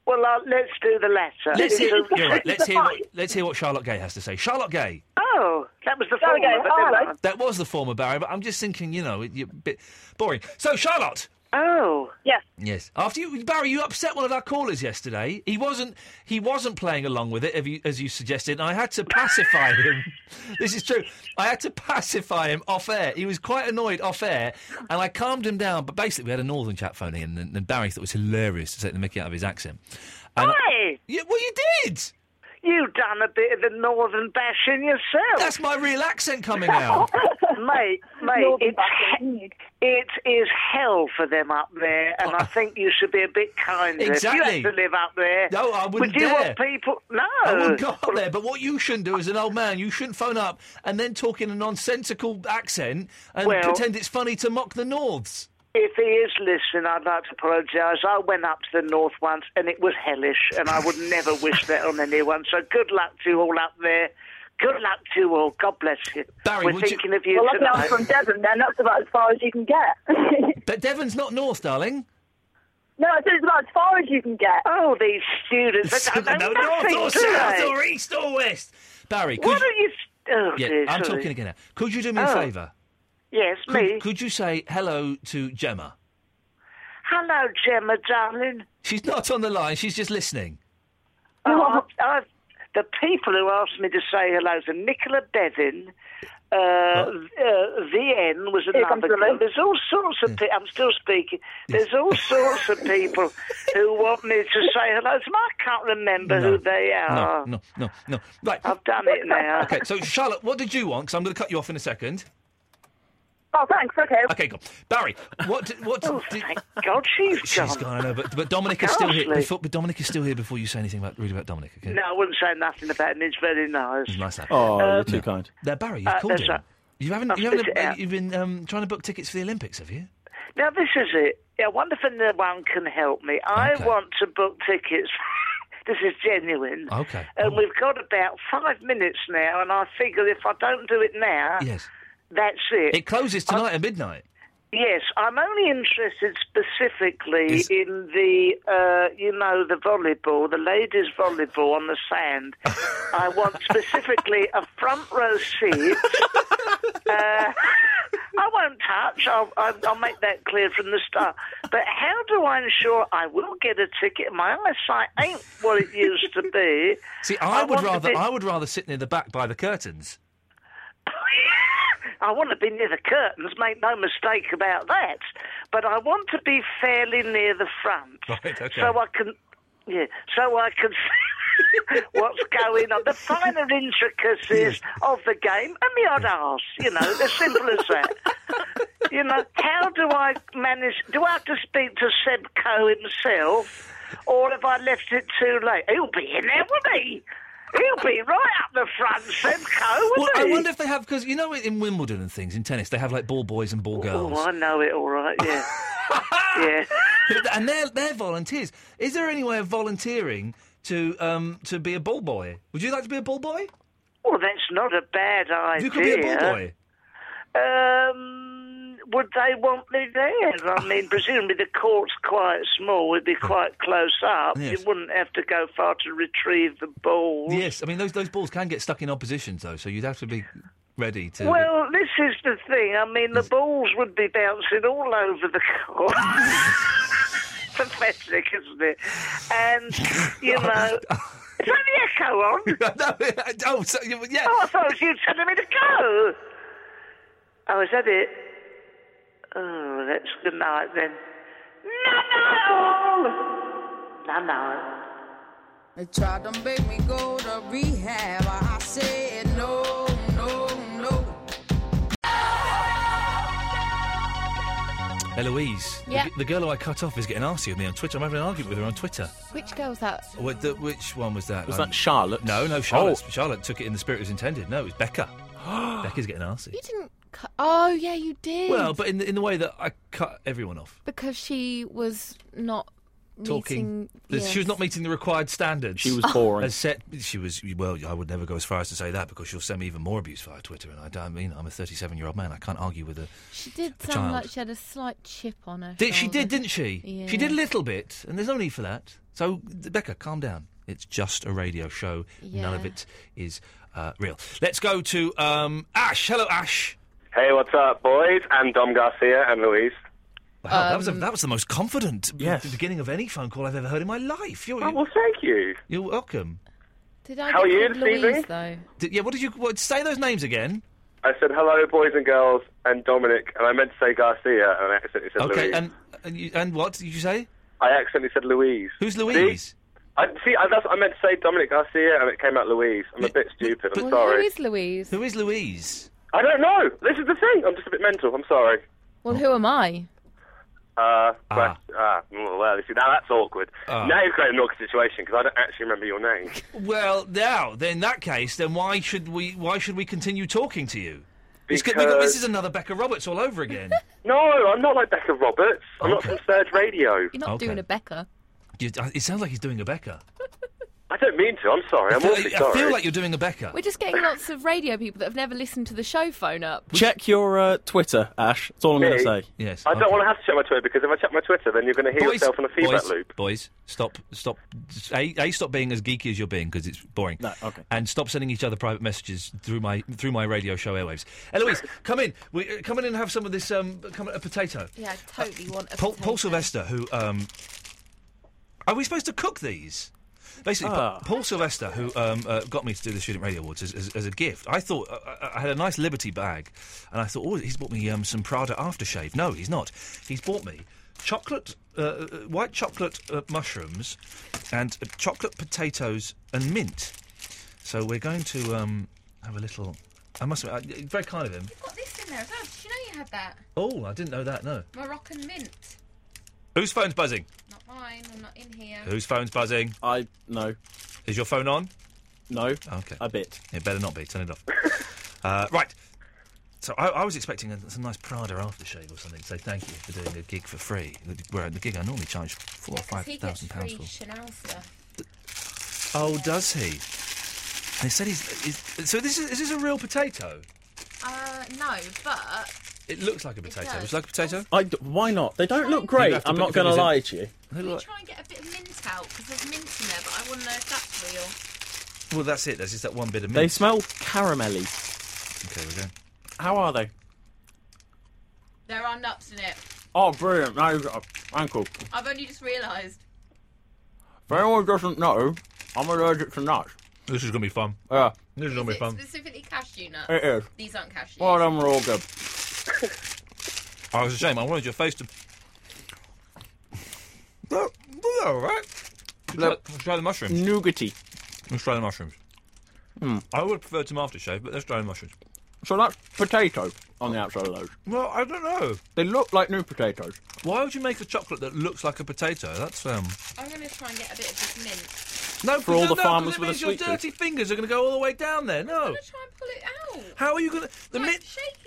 Speaker 5: Well, uh, let's do the letter.
Speaker 7: Let's hear,
Speaker 5: It's a-
Speaker 7: you're
Speaker 5: <laughs>
Speaker 7: right, let's hear what let's hear what Charlotte Gay has to say. Charlotte Gay.
Speaker 5: Oh, that was the
Speaker 15: There we
Speaker 5: former,
Speaker 15: go.
Speaker 5: but
Speaker 15: Oh,
Speaker 5: never
Speaker 15: hello.
Speaker 5: mind.
Speaker 7: That was the former Barry, but I'm just thinking, you know, it, you're a bit boring. So, Charlotte.
Speaker 5: Oh.
Speaker 15: Yes.
Speaker 7: Yes. After you, Barry, you upset one of our callers yesterday. He wasn't. He wasn't playing along with it, as you, as you suggested. And I had to pacify him. this is true. I had to pacify him off air. He was quite annoyed off air, and I calmed him down. But basically, we had a northern chap phoning in, and, and Barry thought it was hilarious to take the Mickey out of his accent. And
Speaker 5: Hey!
Speaker 7: Yeah, well, you did.
Speaker 5: You done a bit of the northern bashing yourself.
Speaker 7: That's my real
Speaker 5: <laughs>
Speaker 7: accent coming out.
Speaker 5: mate, mate, it's, he- it is hell for them up there, and I think you should be a bit kinder. If
Speaker 7: Oh. Exactly.
Speaker 5: you had to live up <laughs> there,
Speaker 7: No, I
Speaker 5: Would
Speaker 7: wouldn't
Speaker 5: you
Speaker 7: dare.
Speaker 5: want people? No,
Speaker 7: I wouldn't go up there. But what you shouldn't do as an old man, you shouldn't phone up and then talk in a nonsensical accent and
Speaker 5: Well-
Speaker 7: pretend it's funny to mock the Norths.
Speaker 5: If he is listening, I'd like to apologise. I went up to the north once, and it was hellish, and I would never wish that on anyone. So good luck to you all up there. Good luck to you all. God bless you.
Speaker 7: Barry,
Speaker 5: We're
Speaker 7: would you-
Speaker 5: thinking of you
Speaker 15: Well, luckily
Speaker 5: tonight.
Speaker 15: I'm from Devon. Then that's about as far as you can get.
Speaker 7: But Devon's not North, darling.
Speaker 15: no, I said it's about as far as you can get.
Speaker 5: Oh, these students!
Speaker 7: no, North or South or East or West. Barry, could
Speaker 5: What
Speaker 7: you-
Speaker 5: are you? Oh,
Speaker 7: yeah,
Speaker 5: dear,
Speaker 7: I'm
Speaker 5: sorry.
Speaker 7: talking again now. Could you do me
Speaker 5: Oh.
Speaker 7: a favour?
Speaker 5: Yes,
Speaker 7: Could,
Speaker 5: me.
Speaker 7: could you say hello to Gemma?
Speaker 5: Hello, Gemma, darling.
Speaker 7: She's <laughs> not on the line. She's just listening.
Speaker 5: Oh, I've, I've, the people who asked me to say hello to Nicola Bevin, uh, uh, VN was
Speaker 15: Here comes
Speaker 5: another
Speaker 15: the
Speaker 5: girl.
Speaker 15: link.
Speaker 5: There's all sorts of people, I'm still speaking, there's all sorts of people who want me
Speaker 7: <laughs>
Speaker 5: to say hello to them. I can't remember
Speaker 7: No.
Speaker 5: who they
Speaker 7: No,
Speaker 5: are.
Speaker 7: no, no, no. Right.
Speaker 5: I've done it Oh. now.
Speaker 7: <laughs> Okay, so Charlotte, what did you want? Because I'm going to cut you off in a second.
Speaker 15: Oh, thanks. Okay.
Speaker 7: Okay, go. Barry, what? Did, what? Oh,
Speaker 5: thank God she's
Speaker 7: gone. <laughs>
Speaker 5: <laughs>
Speaker 7: She's gone. <laughs> I know, but but Dominic is still here.
Speaker 5: Ghastly.
Speaker 7: Before, but Dominic is still here before you say anything about really about Dominic. Okay.
Speaker 5: No, I wouldn't say nothing about him. It's very nice.
Speaker 7: Nice that.
Speaker 9: Oh,
Speaker 5: Uh,
Speaker 9: you're too kind.
Speaker 7: Now, Barry, you've
Speaker 5: Uh,
Speaker 7: called
Speaker 5: that's
Speaker 7: in.
Speaker 5: right.
Speaker 7: You haven't.
Speaker 5: I'll
Speaker 7: You haven't.
Speaker 5: spit it out.
Speaker 7: You've been um, trying to book tickets for the Olympics, have you?
Speaker 5: Now, this is it. I wonder if anyone can help me. I want to book tickets. <laughs> this is genuine.
Speaker 7: Okay.
Speaker 5: And we've got about five minutes now, and I figure if I don't do it now,
Speaker 7: Yes.
Speaker 5: that's it.
Speaker 7: It closes tonight at midnight.
Speaker 5: Yes, I'm only interested specifically in the, uh, you know, the volleyball, the ladies' volleyball on the
Speaker 7: <laughs>
Speaker 5: sand. I want specifically a front row
Speaker 7: <laughs>
Speaker 5: seat. Uh, <laughs> I won't touch. I'll, I'll, I'll make that clear from the start. But how do I ensure I will get a ticket? My eyesight ain't what it used to be.
Speaker 7: See, I, would
Speaker 5: want to
Speaker 7: rather.
Speaker 5: be-
Speaker 7: I would rather sit near the back by the curtains.
Speaker 5: I want to be near the curtains, make no mistake about that. But I want to be fairly near the front.
Speaker 7: Right. Okay.
Speaker 5: So I can, yeah, so I can see <laughs> what's going on, the finer intricacies of the game, and the odd arse, you know, as simple as
Speaker 7: <laughs>
Speaker 5: that. You know, how do I manage? Do I have to speak to Seb Coe himself, or have I left it too late? He'll be in there, won't he? He'll be right up the front, Semco,
Speaker 7: Well,
Speaker 5: wouldn't
Speaker 7: I
Speaker 5: he?
Speaker 7: wonder if they have because you know in Wimbledon and things in tennis they have like ball boys and ball girls. Ah!
Speaker 5: Oh, I
Speaker 7: <laughs>
Speaker 5: know it all right, yeah. yeah.
Speaker 7: And they're they're volunteers. Is there any way of volunteering to um to be a ball boy? Would you like to be a ball boy?
Speaker 5: Well, that's not a bad idea.
Speaker 7: You could be a ball boy.
Speaker 5: Um, would they want me there? I mean, presumably the court's quite small. It'd be quite close up.
Speaker 7: Yes.
Speaker 5: You wouldn't have to go far to retrieve the ball.
Speaker 7: Yes, I mean those those balls can get stuck in opposition though, so you'd have to be ready to.
Speaker 5: Well, this is the thing. I mean, the balls would be bouncing all over the court. <laughs> Pathetic, isn't it?
Speaker 7: <laughs>
Speaker 5: And, you know. Is that the echo on?
Speaker 7: no, oh, so, yeah.
Speaker 5: Oh, I thought it was you telling me to go. Oh, is that it? Oh, that's good night then. No, no.
Speaker 16: They tried to make me go to rehab. I said no, no, no.
Speaker 7: Eloise, the
Speaker 8: Yeah.
Speaker 7: g- the, girl who I cut off is getting arsy with me on Twitter. I'm having an argument with her on Twitter.
Speaker 8: Which girl's
Speaker 7: <gasps>
Speaker 8: that?
Speaker 7: What, the, which one was that?
Speaker 9: Was that Charlotte? Oh.
Speaker 7: No, no, Charlotte. Charlotte took it in the spirit it was intended. No, it was
Speaker 9: <gasps>
Speaker 7: Becca. Becca's getting arsy.
Speaker 8: You didn't. Cu- oh yeah, you did.
Speaker 7: Well, but in the, in the way that I cut everyone off.
Speaker 8: because she was not
Speaker 7: Talking,
Speaker 8: Meeting,
Speaker 7: that
Speaker 8: yes.
Speaker 7: she was not meeting the required standards. She
Speaker 9: was Oh. boring.
Speaker 7: As set, she was. Well, I would never go as far as to say that because she'll send me even more abuse via Twitter, and I, don't- I mean, I'm a 37 year old man. I can't argue with her.
Speaker 8: She did
Speaker 7: a
Speaker 8: sound
Speaker 7: child.
Speaker 8: like she had a slight chip on her.
Speaker 7: Did, she
Speaker 8: shoulder.
Speaker 7: did, didn't she?
Speaker 8: Yeah.
Speaker 7: She did a little bit, and there's no need for that. So, Becca, calm down. It's just a radio show. None of
Speaker 8: Yeah.
Speaker 7: it is uh, real. Let's go to um, Ash. Hello, Ash.
Speaker 17: Hey, what's up, boys? I'm Dom Garcia and Luis.
Speaker 7: Wow, that,
Speaker 8: Um,
Speaker 7: was a, that was the most confident b- beginning of any phone call I've ever heard in my life. You're,
Speaker 17: Oh, well, thank you.
Speaker 7: You're welcome.
Speaker 8: Did I get
Speaker 17: How are you
Speaker 8: called
Speaker 17: this evening?
Speaker 8: Louise, though?
Speaker 7: D- yeah, what did you what, say those names again?
Speaker 17: I said hello, boys and girls, and Dominic, and I meant to say Garcia, and I accidentally said
Speaker 7: okay,
Speaker 17: Luis.
Speaker 7: and and, you, and what did you say?
Speaker 17: I accidentally said Louise.
Speaker 7: Who's Louise?
Speaker 17: I see. I, that's, I meant to say Dominic Garcia, and it came out Louise. I'm a bit stupid. I'm
Speaker 8: Well,
Speaker 17: sorry.
Speaker 8: Who is Louise?
Speaker 7: Who is Louise?
Speaker 17: I don't know. This is the thing. I'm just a bit mental. I'm sorry.
Speaker 7: Oh.
Speaker 8: Well, who am I?
Speaker 17: Uh, but, ah, mm, well, you see, now that's awkward.
Speaker 7: Ah.
Speaker 17: Now you've created an awkward situation because I don't actually remember your
Speaker 7: <laughs>
Speaker 17: name.
Speaker 7: Well, now, then, in that case, then why should we why should we continue talking to you? It's 'cause-
Speaker 17: Because-
Speaker 7: this is another Becca Roberts all over again. <laughs>
Speaker 17: no, I'm not like Becca Roberts. I'm not from Surge Radio.
Speaker 8: You're not doing a Becca.
Speaker 7: You- uh, It sounds like he's doing a Becca.
Speaker 17: I don't mean to. I'm
Speaker 7: <laughs>
Speaker 17: sorry. I'm
Speaker 7: I feel,
Speaker 17: awfully
Speaker 7: I
Speaker 17: sorry.
Speaker 7: feel like you're doing a Becca.
Speaker 8: We're just getting lots of radio people that have never listened to the show phone up.
Speaker 9: Check your uh, Twitter, Ash. That's all I'm going
Speaker 17: Me?
Speaker 9: to say.
Speaker 7: Yes.
Speaker 17: I don't want to have to check my Twitter because if I check my Twitter, then you're going to hear yourself on a feedback
Speaker 7: boys,
Speaker 17: loop.
Speaker 7: boys, stop, stop. A, a stop being as geeky as you're being because it's boring. No, okay. And stop sending each other private messages through my through my radio show airwaves. Eloise, come in. We, uh, come in and have some of this. Um, come a potato.
Speaker 8: Yeah, I totally want a
Speaker 7: Uh, Paul, Paul Sylvester, who um, are we supposed to cook these? Basically, Pa- Paul Sylvester, who um, uh, got me to do the Student Radio Awards as, as, as a gift, I thought uh, I- I had a nice Liberty bag, and I thought, oh, he's bought me um, some Prada aftershave. No, he's not. He's bought me chocolate, uh, uh, white chocolate uh, mushrooms, and uh, chocolate potatoes and mint. So we're going to um, have a little. I must admit, uh, very kind of him.
Speaker 8: Got this in there as well. Did you know you had that?
Speaker 7: Oh, I didn't know that. No.
Speaker 8: Moroccan mint.
Speaker 7: Whose phone's buzzing?
Speaker 8: Not mine. I'm not in here.
Speaker 7: Whose phone's buzzing? I no. Is your phone on? No. Okay. A bit. It better not be. Turn it <laughs> off. uh, right. So I, I was expecting a, some nice Prada aftershave or something. So thank you for doing a gig for free. The, where the gig I normally charge four or five thousand pounds for.
Speaker 8: Chanel stuff.
Speaker 7: Oh, does he? They said he's. Is, so this is, is this a real potato?
Speaker 8: Uh, no, but
Speaker 7: It looks like a potato.
Speaker 8: does.
Speaker 7: It's like a potato.
Speaker 9: I d- why not? They don't look
Speaker 7: You'd
Speaker 9: great.
Speaker 7: have to
Speaker 9: I'm
Speaker 7: put
Speaker 9: not
Speaker 7: your
Speaker 9: going to lie
Speaker 7: fingers
Speaker 9: to you.
Speaker 7: They look
Speaker 8: we try and get a bit of mint out because there's mint in there, but I want to know if that's real.
Speaker 7: like- Well, that's it. There's just that one bit of
Speaker 9: They
Speaker 7: mint.
Speaker 9: smell caramelly.
Speaker 7: okay, we're going.
Speaker 9: How are they?
Speaker 8: There are nuts in it.
Speaker 9: Oh, brilliant! No, uh, ankle.
Speaker 8: I've only just realised.
Speaker 9: If anyone doesn't know, I'm allergic to nuts.
Speaker 7: This is gonna be fun.
Speaker 9: Yeah.
Speaker 7: This is gonna
Speaker 8: Is it specifically cashew nuts?
Speaker 9: It is.
Speaker 8: These aren't cashew.
Speaker 9: Well, them are all good.
Speaker 7: Oh, it's a shame. I wanted your face to. They're, they're all right. Should try- Let's try the mushrooms.
Speaker 9: Nougaty.
Speaker 7: Let's try the mushrooms.
Speaker 9: Hmm.
Speaker 7: I would prefer some aftershave, but let's try the mushrooms.
Speaker 9: So that's potato on the outside of those.
Speaker 7: Well, I don't know.
Speaker 9: They look like new potatoes.
Speaker 7: Why would you make a chocolate that looks like a potato? That's um.
Speaker 8: I'm going to try and get a bit of this mint.
Speaker 7: No,
Speaker 9: for all
Speaker 7: no, no,
Speaker 9: the
Speaker 7: 'cause
Speaker 9: farmers
Speaker 7: it
Speaker 9: with a
Speaker 7: means your
Speaker 9: sweet tooth.
Speaker 7: dirty fingers are going to go all the way down there. No. How are you going to? The mint.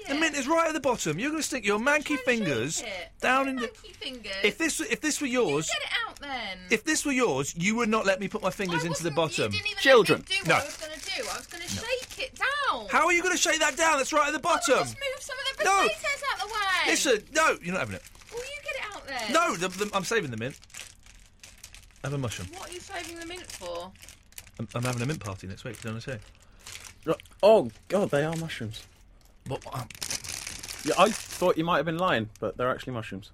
Speaker 7: The mint is right at the bottom. You're going to stick your manky fingers down in the.
Speaker 8: Fingers.
Speaker 7: If this if this were yours,
Speaker 8: Get it out then.
Speaker 7: if this were yours, you would not let me put my fingers into the bottom.
Speaker 8: Children. Do
Speaker 7: No.
Speaker 8: what I was going to do. I was going to shake it down.
Speaker 7: How are you going to shake that down? That's right at the bottom.
Speaker 8: Move some of the
Speaker 7: No.
Speaker 8: potatoes out the way.
Speaker 7: Listen, no, you're not having it.
Speaker 8: Will you get it out there?
Speaker 7: No, the, the, I'm saving the mint. Have a mushroom.
Speaker 8: What are you saving the mint for?
Speaker 7: I'm, I'm having a mint party next week. Don't I say?
Speaker 9: Oh God, they are mushrooms.
Speaker 7: But um,
Speaker 9: yeah, I thought you might have been lying, but they're actually mushrooms.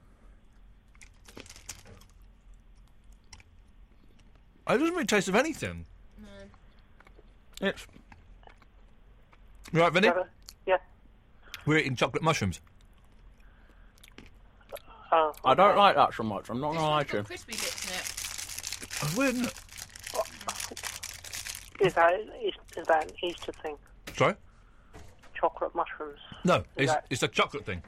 Speaker 7: It doesn't really taste of anything. No. It's. You all right, Vinny?
Speaker 18: Yeah.
Speaker 7: We're eating chocolate mushrooms.
Speaker 5: uh,
Speaker 18: Oh,
Speaker 9: I don't like that so much. I'm not gonna lie to you.
Speaker 8: Crispy bits in it.
Speaker 7: I wouldn't.
Speaker 18: Is that, is, is that an Easter thing?
Speaker 7: Sorry?
Speaker 18: Chocolate mushrooms.
Speaker 7: No, it's,
Speaker 18: Right.
Speaker 7: it's a chocolate thing.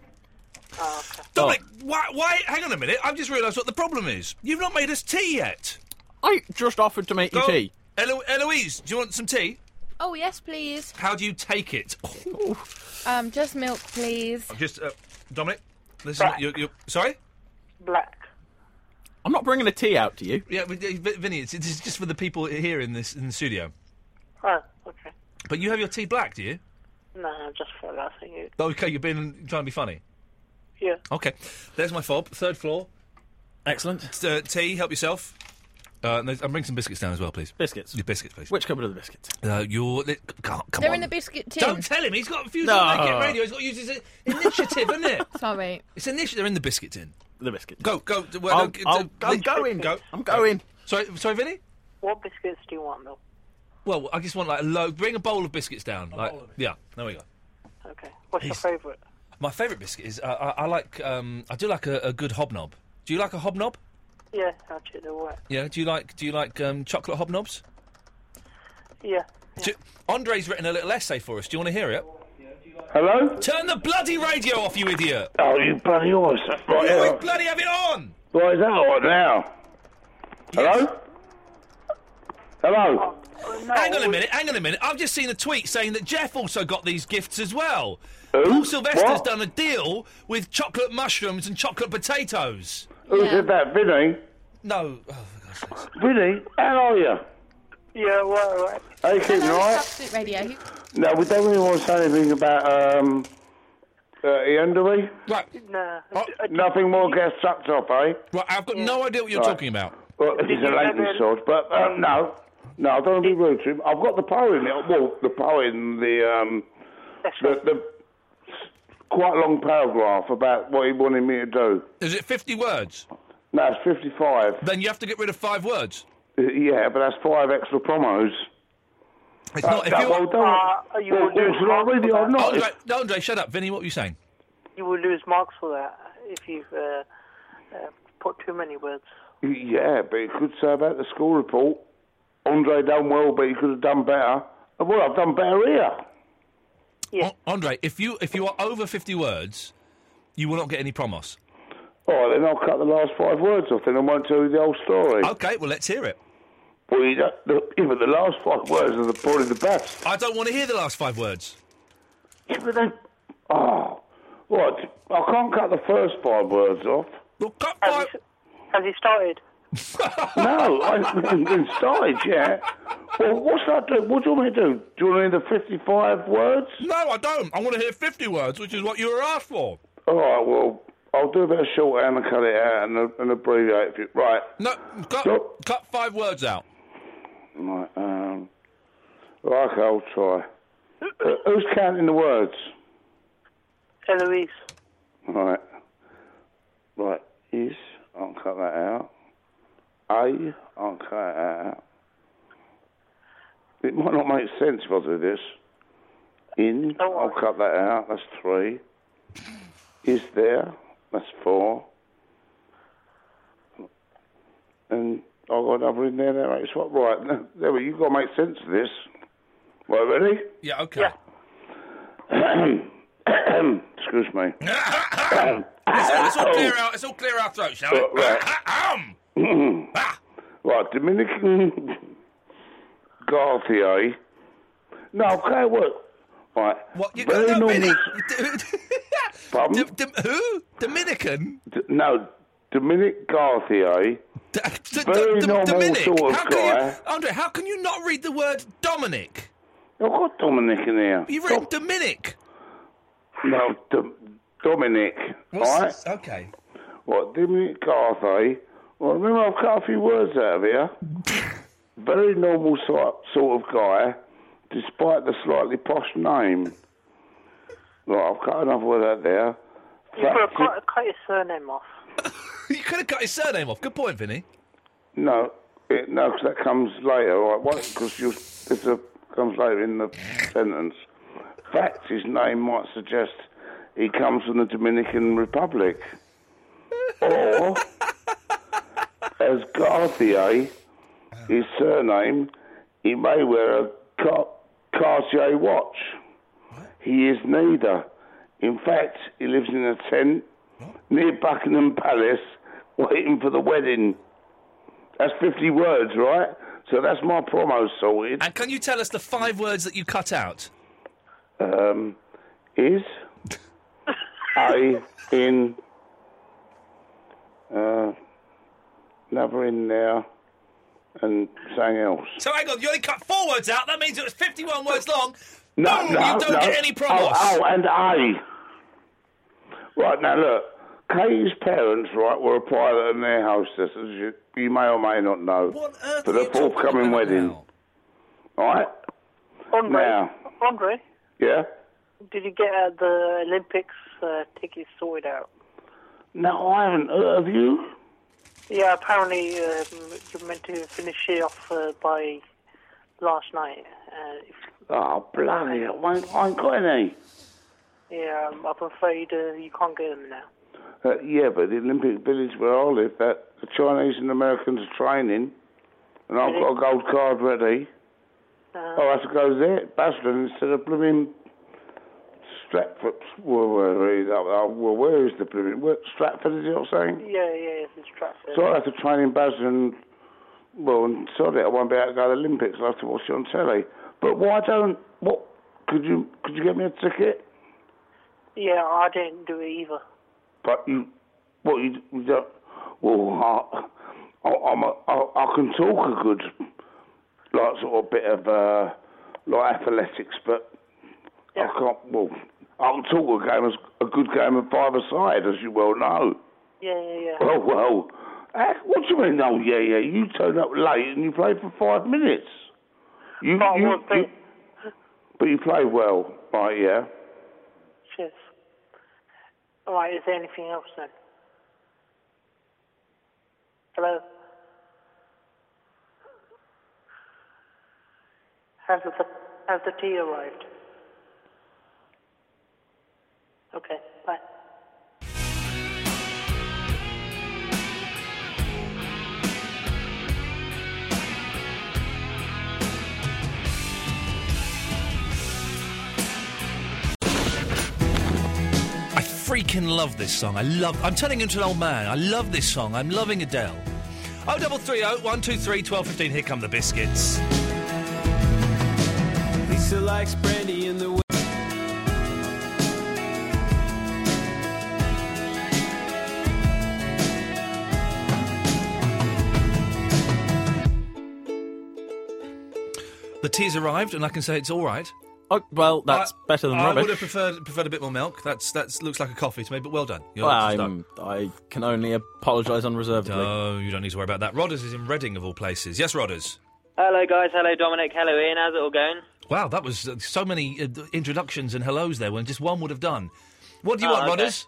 Speaker 18: Oh, okay.
Speaker 7: Dominic, why, why? Hang on a minute. I've just realised what the problem is. You've not made us tea yet.
Speaker 9: I just offered to make
Speaker 7: Go.
Speaker 9: you tea.
Speaker 7: Elo- Eloise, do you want some tea?
Speaker 8: Oh yes, please.
Speaker 7: How do you take
Speaker 9: <laughs>
Speaker 7: it?
Speaker 8: Um, just milk, please.
Speaker 7: I'm just. Uh, Dominic, this
Speaker 8: Black.
Speaker 7: is. You're, you're, sorry?
Speaker 18: Black.
Speaker 9: I'm not bringing a tea out to you.
Speaker 7: Yeah, but, uh, Vi- Vinny, it's, it's just for the people here in this in the studio.
Speaker 18: Oh, okay.
Speaker 7: But you have your tea black, do you?
Speaker 18: No, I just thought that thing.
Speaker 7: Okay, you've been trying to be funny.
Speaker 18: Yeah.
Speaker 7: Okay, there's my fob. Third floor. Excellent. Uh, tea, help yourself. Uh, and there's- and bring some biscuits down as well, please. Biscuits. Your biscuits, please. Which
Speaker 9: cupboard are the biscuits?
Speaker 7: Uh, your. li- c- Come on.
Speaker 8: They're in the biscuit tin.
Speaker 7: Don't tell him. He's got refused
Speaker 8: No.
Speaker 7: to make it radio. He's got to use his i- initiative, isn't it? <laughs>
Speaker 8: Sorry.
Speaker 7: It's initiative. They're in the biscuit tin.
Speaker 9: The biscuit.
Speaker 7: Go, go. d- Well,
Speaker 9: I'll-
Speaker 7: d-
Speaker 9: I'll-
Speaker 7: d-
Speaker 9: I'm
Speaker 7: leave-
Speaker 9: going.
Speaker 7: Go.
Speaker 9: I'm going.
Speaker 7: Sorry, sorry, Vinny.
Speaker 18: What biscuits do you want, though?
Speaker 7: Well, I just want like a load. Bring a bowl of biscuits down. like, yeah. There we go.
Speaker 18: Okay. What's
Speaker 7: He's-
Speaker 18: your favourite?
Speaker 7: My favourite biscuit is uh, I, I like um, I do like a, a good hobnob. Do you like a hobnob?
Speaker 18: Yeah, actually, they're wet.
Speaker 7: Yeah. Do you like do you like um, chocolate hobnobs?
Speaker 18: Yeah.
Speaker 7: Do, Andre's written a little essay for us. Do you want to hear it?
Speaker 6: Hello?
Speaker 7: Turn the bloody radio off, you idiot!
Speaker 6: Oh, you bloody horse. Right,
Speaker 7: You
Speaker 6: yeah.
Speaker 7: bloody have it on!
Speaker 6: Why is that on now? Hello? Hello?
Speaker 7: Hang on a minute, hang on a minute. I've just seen a tweet saying that Jeff also got these gifts as well. Paul Sylvester's
Speaker 6: What?
Speaker 7: done a deal with chocolate mushrooms and chocolate potatoes.
Speaker 6: Who said that, Vinny?
Speaker 7: No.
Speaker 6: Vinny, how are you?
Speaker 18: Yeah, well, right.
Speaker 6: Hey, keeping all right?
Speaker 8: Absolute radio. Who-
Speaker 6: No, we don't really want to say anything about um, uh, Ian, do we?
Speaker 7: Right.
Speaker 18: No.
Speaker 17: Oh,
Speaker 6: Nothing more gets sucked off, eh?
Speaker 7: Right, I've got no idea what you're
Speaker 6: Right.
Speaker 7: talking about.
Speaker 6: Well, he's a
Speaker 7: you
Speaker 6: lady
Speaker 7: ever-
Speaker 6: sort, but um, no. No, I don't want to be rude to him. I've got the poem in it. Well, the poem, the, um, the, the quite long paragraph about what he wanted me to do.
Speaker 7: Is it 50 words?
Speaker 6: No, it's 55.
Speaker 7: Then you have to get rid of five words.
Speaker 6: Uh, Yeah, but that's five extra promos.
Speaker 7: It's
Speaker 6: not. If well,
Speaker 18: Uh,
Speaker 6: don't. well,
Speaker 7: Oh,
Speaker 6: well, should I read it or not?
Speaker 7: Andre, no, Andre, shut up. Vinny, what were you saying?
Speaker 18: You will lose marks for that if you've uh, uh, put too many words.
Speaker 6: Yeah, but it could say about the school report. Andre done well, but he could have done better. And, Well, I've done better here.
Speaker 7: An- Andre, if you if you are over 50 words, you will not get any promos.
Speaker 6: All right, then I'll cut the last five words off, then I won't tell you the whole story.
Speaker 7: Okay, well, let's hear it.
Speaker 6: Well, you don't, the, yeah, but the last five words are the, probably the best.
Speaker 7: I don't want to hear the last five words.
Speaker 6: Yeah, but they, oh, what? I can't cut the first five
Speaker 7: <laughs>
Speaker 6: words off.
Speaker 7: Well, cut
Speaker 18: five. Has he started?
Speaker 6: no, I <laughs> haven't been started yet. Well, what's that do? What do you want me to do? Do you want me to do the 55 words?
Speaker 7: No, I don't. I want to hear 50 words, which is what you were asked for.
Speaker 6: All right, well, I'll do a bit of shorthand and cut it out and, and abbreviate it. Right.
Speaker 7: No, cut, cut five words out.
Speaker 6: Right, um, right, okay, I'll try. Uh, who's counting the words?
Speaker 18: Eloise.
Speaker 6: Right. Right, is, I'll cut that out. A, I'll cut that out. It might not make sense if I do this. In, I'll cut that out, that's three. Is there, that's four. And I've got another in there, there, right? It's what, right, there we you've got to make sense of this. Right, ready? <coughs>
Speaker 7: Yeah, okay.
Speaker 6: Excuse me.
Speaker 7: It's, all, it's all clear
Speaker 6: Oh.
Speaker 7: out. It's all clear <laughs> our throats now.
Speaker 6: <clears throat> Right. right, Dominican Garthier. No, okay, what? Right.
Speaker 7: What? You
Speaker 6: Very
Speaker 7: got no
Speaker 6: normal.
Speaker 7: mini- <laughs>
Speaker 6: Pardon?
Speaker 7: who? Dominican?
Speaker 6: D- no, Dominic Garthier. Very normal
Speaker 7: Dominic,
Speaker 6: sort of
Speaker 7: how
Speaker 6: guy.
Speaker 7: can you, Andre? How can you not read the word Dominic?
Speaker 6: I've got Dominic in here.
Speaker 7: You read Dominic.
Speaker 6: No, D- Dominic. all right?
Speaker 7: this? Okay.
Speaker 6: What, Dominic Garthier? Well, remember, I've cut a few words out of here. Very normal sort, sort of guy, despite the slightly posh name. Right, I've cut another word out there.
Speaker 18: You could have
Speaker 6: Fat-
Speaker 18: cut, cut your surname off.
Speaker 7: You could have cut his surname off. Good point, Vinny.
Speaker 6: No, it, no, 'cause that comes later. Right, because you it's a comes later in the sentence. Fact, his name might suggest he comes from the Dominican Republic, or as Cartier, his surname, he may wear a Car- Cartier watch. He is neither. In fact, he lives in a tent near Buckingham Palace, waiting for the wedding. That's 50 words, right? So that's my promo sorted.
Speaker 7: And can you tell us the five words that you cut out?
Speaker 6: Um, is A in. Uh, another in there and something else.
Speaker 7: So hang on, you only cut four words out. That means it was 51 words long.
Speaker 6: No,
Speaker 7: Boom,
Speaker 6: no,
Speaker 7: you don't
Speaker 6: no.
Speaker 7: get any promos.
Speaker 6: Oh, oh, and A. Right, now look. Katie's parents, right, were a pilot and their hostess, as you, you may or may not know, for the forthcoming wedding. All right?
Speaker 18: Andre,
Speaker 6: Now.
Speaker 18: Andre,
Speaker 6: Yeah?
Speaker 18: did you get uh, the Olympics uh, tickets sorted out?
Speaker 6: No, I haven't heard of you.
Speaker 18: Yeah, apparently um, you're meant to finish it off uh, by last night. Uh, if,
Speaker 6: Oh, bloody, I ain't, I ain't got any.
Speaker 18: yeah, I'm, I'm afraid uh, you can't get them now.
Speaker 6: Uh, yeah, but the Olympic Village where I live, that the Chinese and Americans are training, and I've got a gold card ready. I'll have to go there, Basildon, instead of blooming Stratford. Well, where is that? Oh, well, where is the blooming? Where, Stratford, is it I'm saying?
Speaker 18: Yeah, yeah, it's Stratford.
Speaker 6: So I'll have to train in Basildon. Well, and sorry, I won't be able to go to the Olympics. I'll have to watch it on telly. But why don't, what, could you, could you get me a ticket?
Speaker 18: Yeah, I didn't do it either.
Speaker 6: But you, what you, you don't? Well, I, I, I'm a, I, I can talk a good, like sort of bit of uh, like athletics, but I can't. Well, I can talk a game as a good game of five a side, as you well know.
Speaker 18: Yeah, yeah, yeah.
Speaker 6: Well, Oh, well, eh, what do you mean? Oh, yeah, yeah. You turn up late and you play for five minutes. You, you, you- but you play well, right? Yeah.
Speaker 18: Cheers. All right, is there anything else then? Hello? Has the, has the tea arrived? Okay, bye.
Speaker 7: I freaking love this song. I love. I'm turning into an old man. I love this song. I'm loving Adele. Oh double three oh one two three twelve fifteen. Here come the biscuits.
Speaker 19: Lisa likes brandy in the wi-
Speaker 7: The tea's arrived, and I can say it's all right.
Speaker 9: Oh, well, that's
Speaker 7: I-
Speaker 9: better than
Speaker 7: I
Speaker 9: rubbish.
Speaker 7: would have preferred preferred a bit more milk. That's that looks like a coffee to me, but well done. You're
Speaker 9: Well,
Speaker 7: just done.
Speaker 9: I'm- I can only apologise unreservedly.
Speaker 7: No, you don't need to worry about that. Rodders is in Reading of all places. Yes, Rodders.
Speaker 20: Hello, guys. Hello, Dominic. Hello, Ian. How's it all going?
Speaker 7: Wow, that was uh, so many uh, introductions and hellos there when just one would have done. What do you
Speaker 20: Oh,
Speaker 9: Uh,
Speaker 7: want,
Speaker 20: okay.
Speaker 7: Rodders?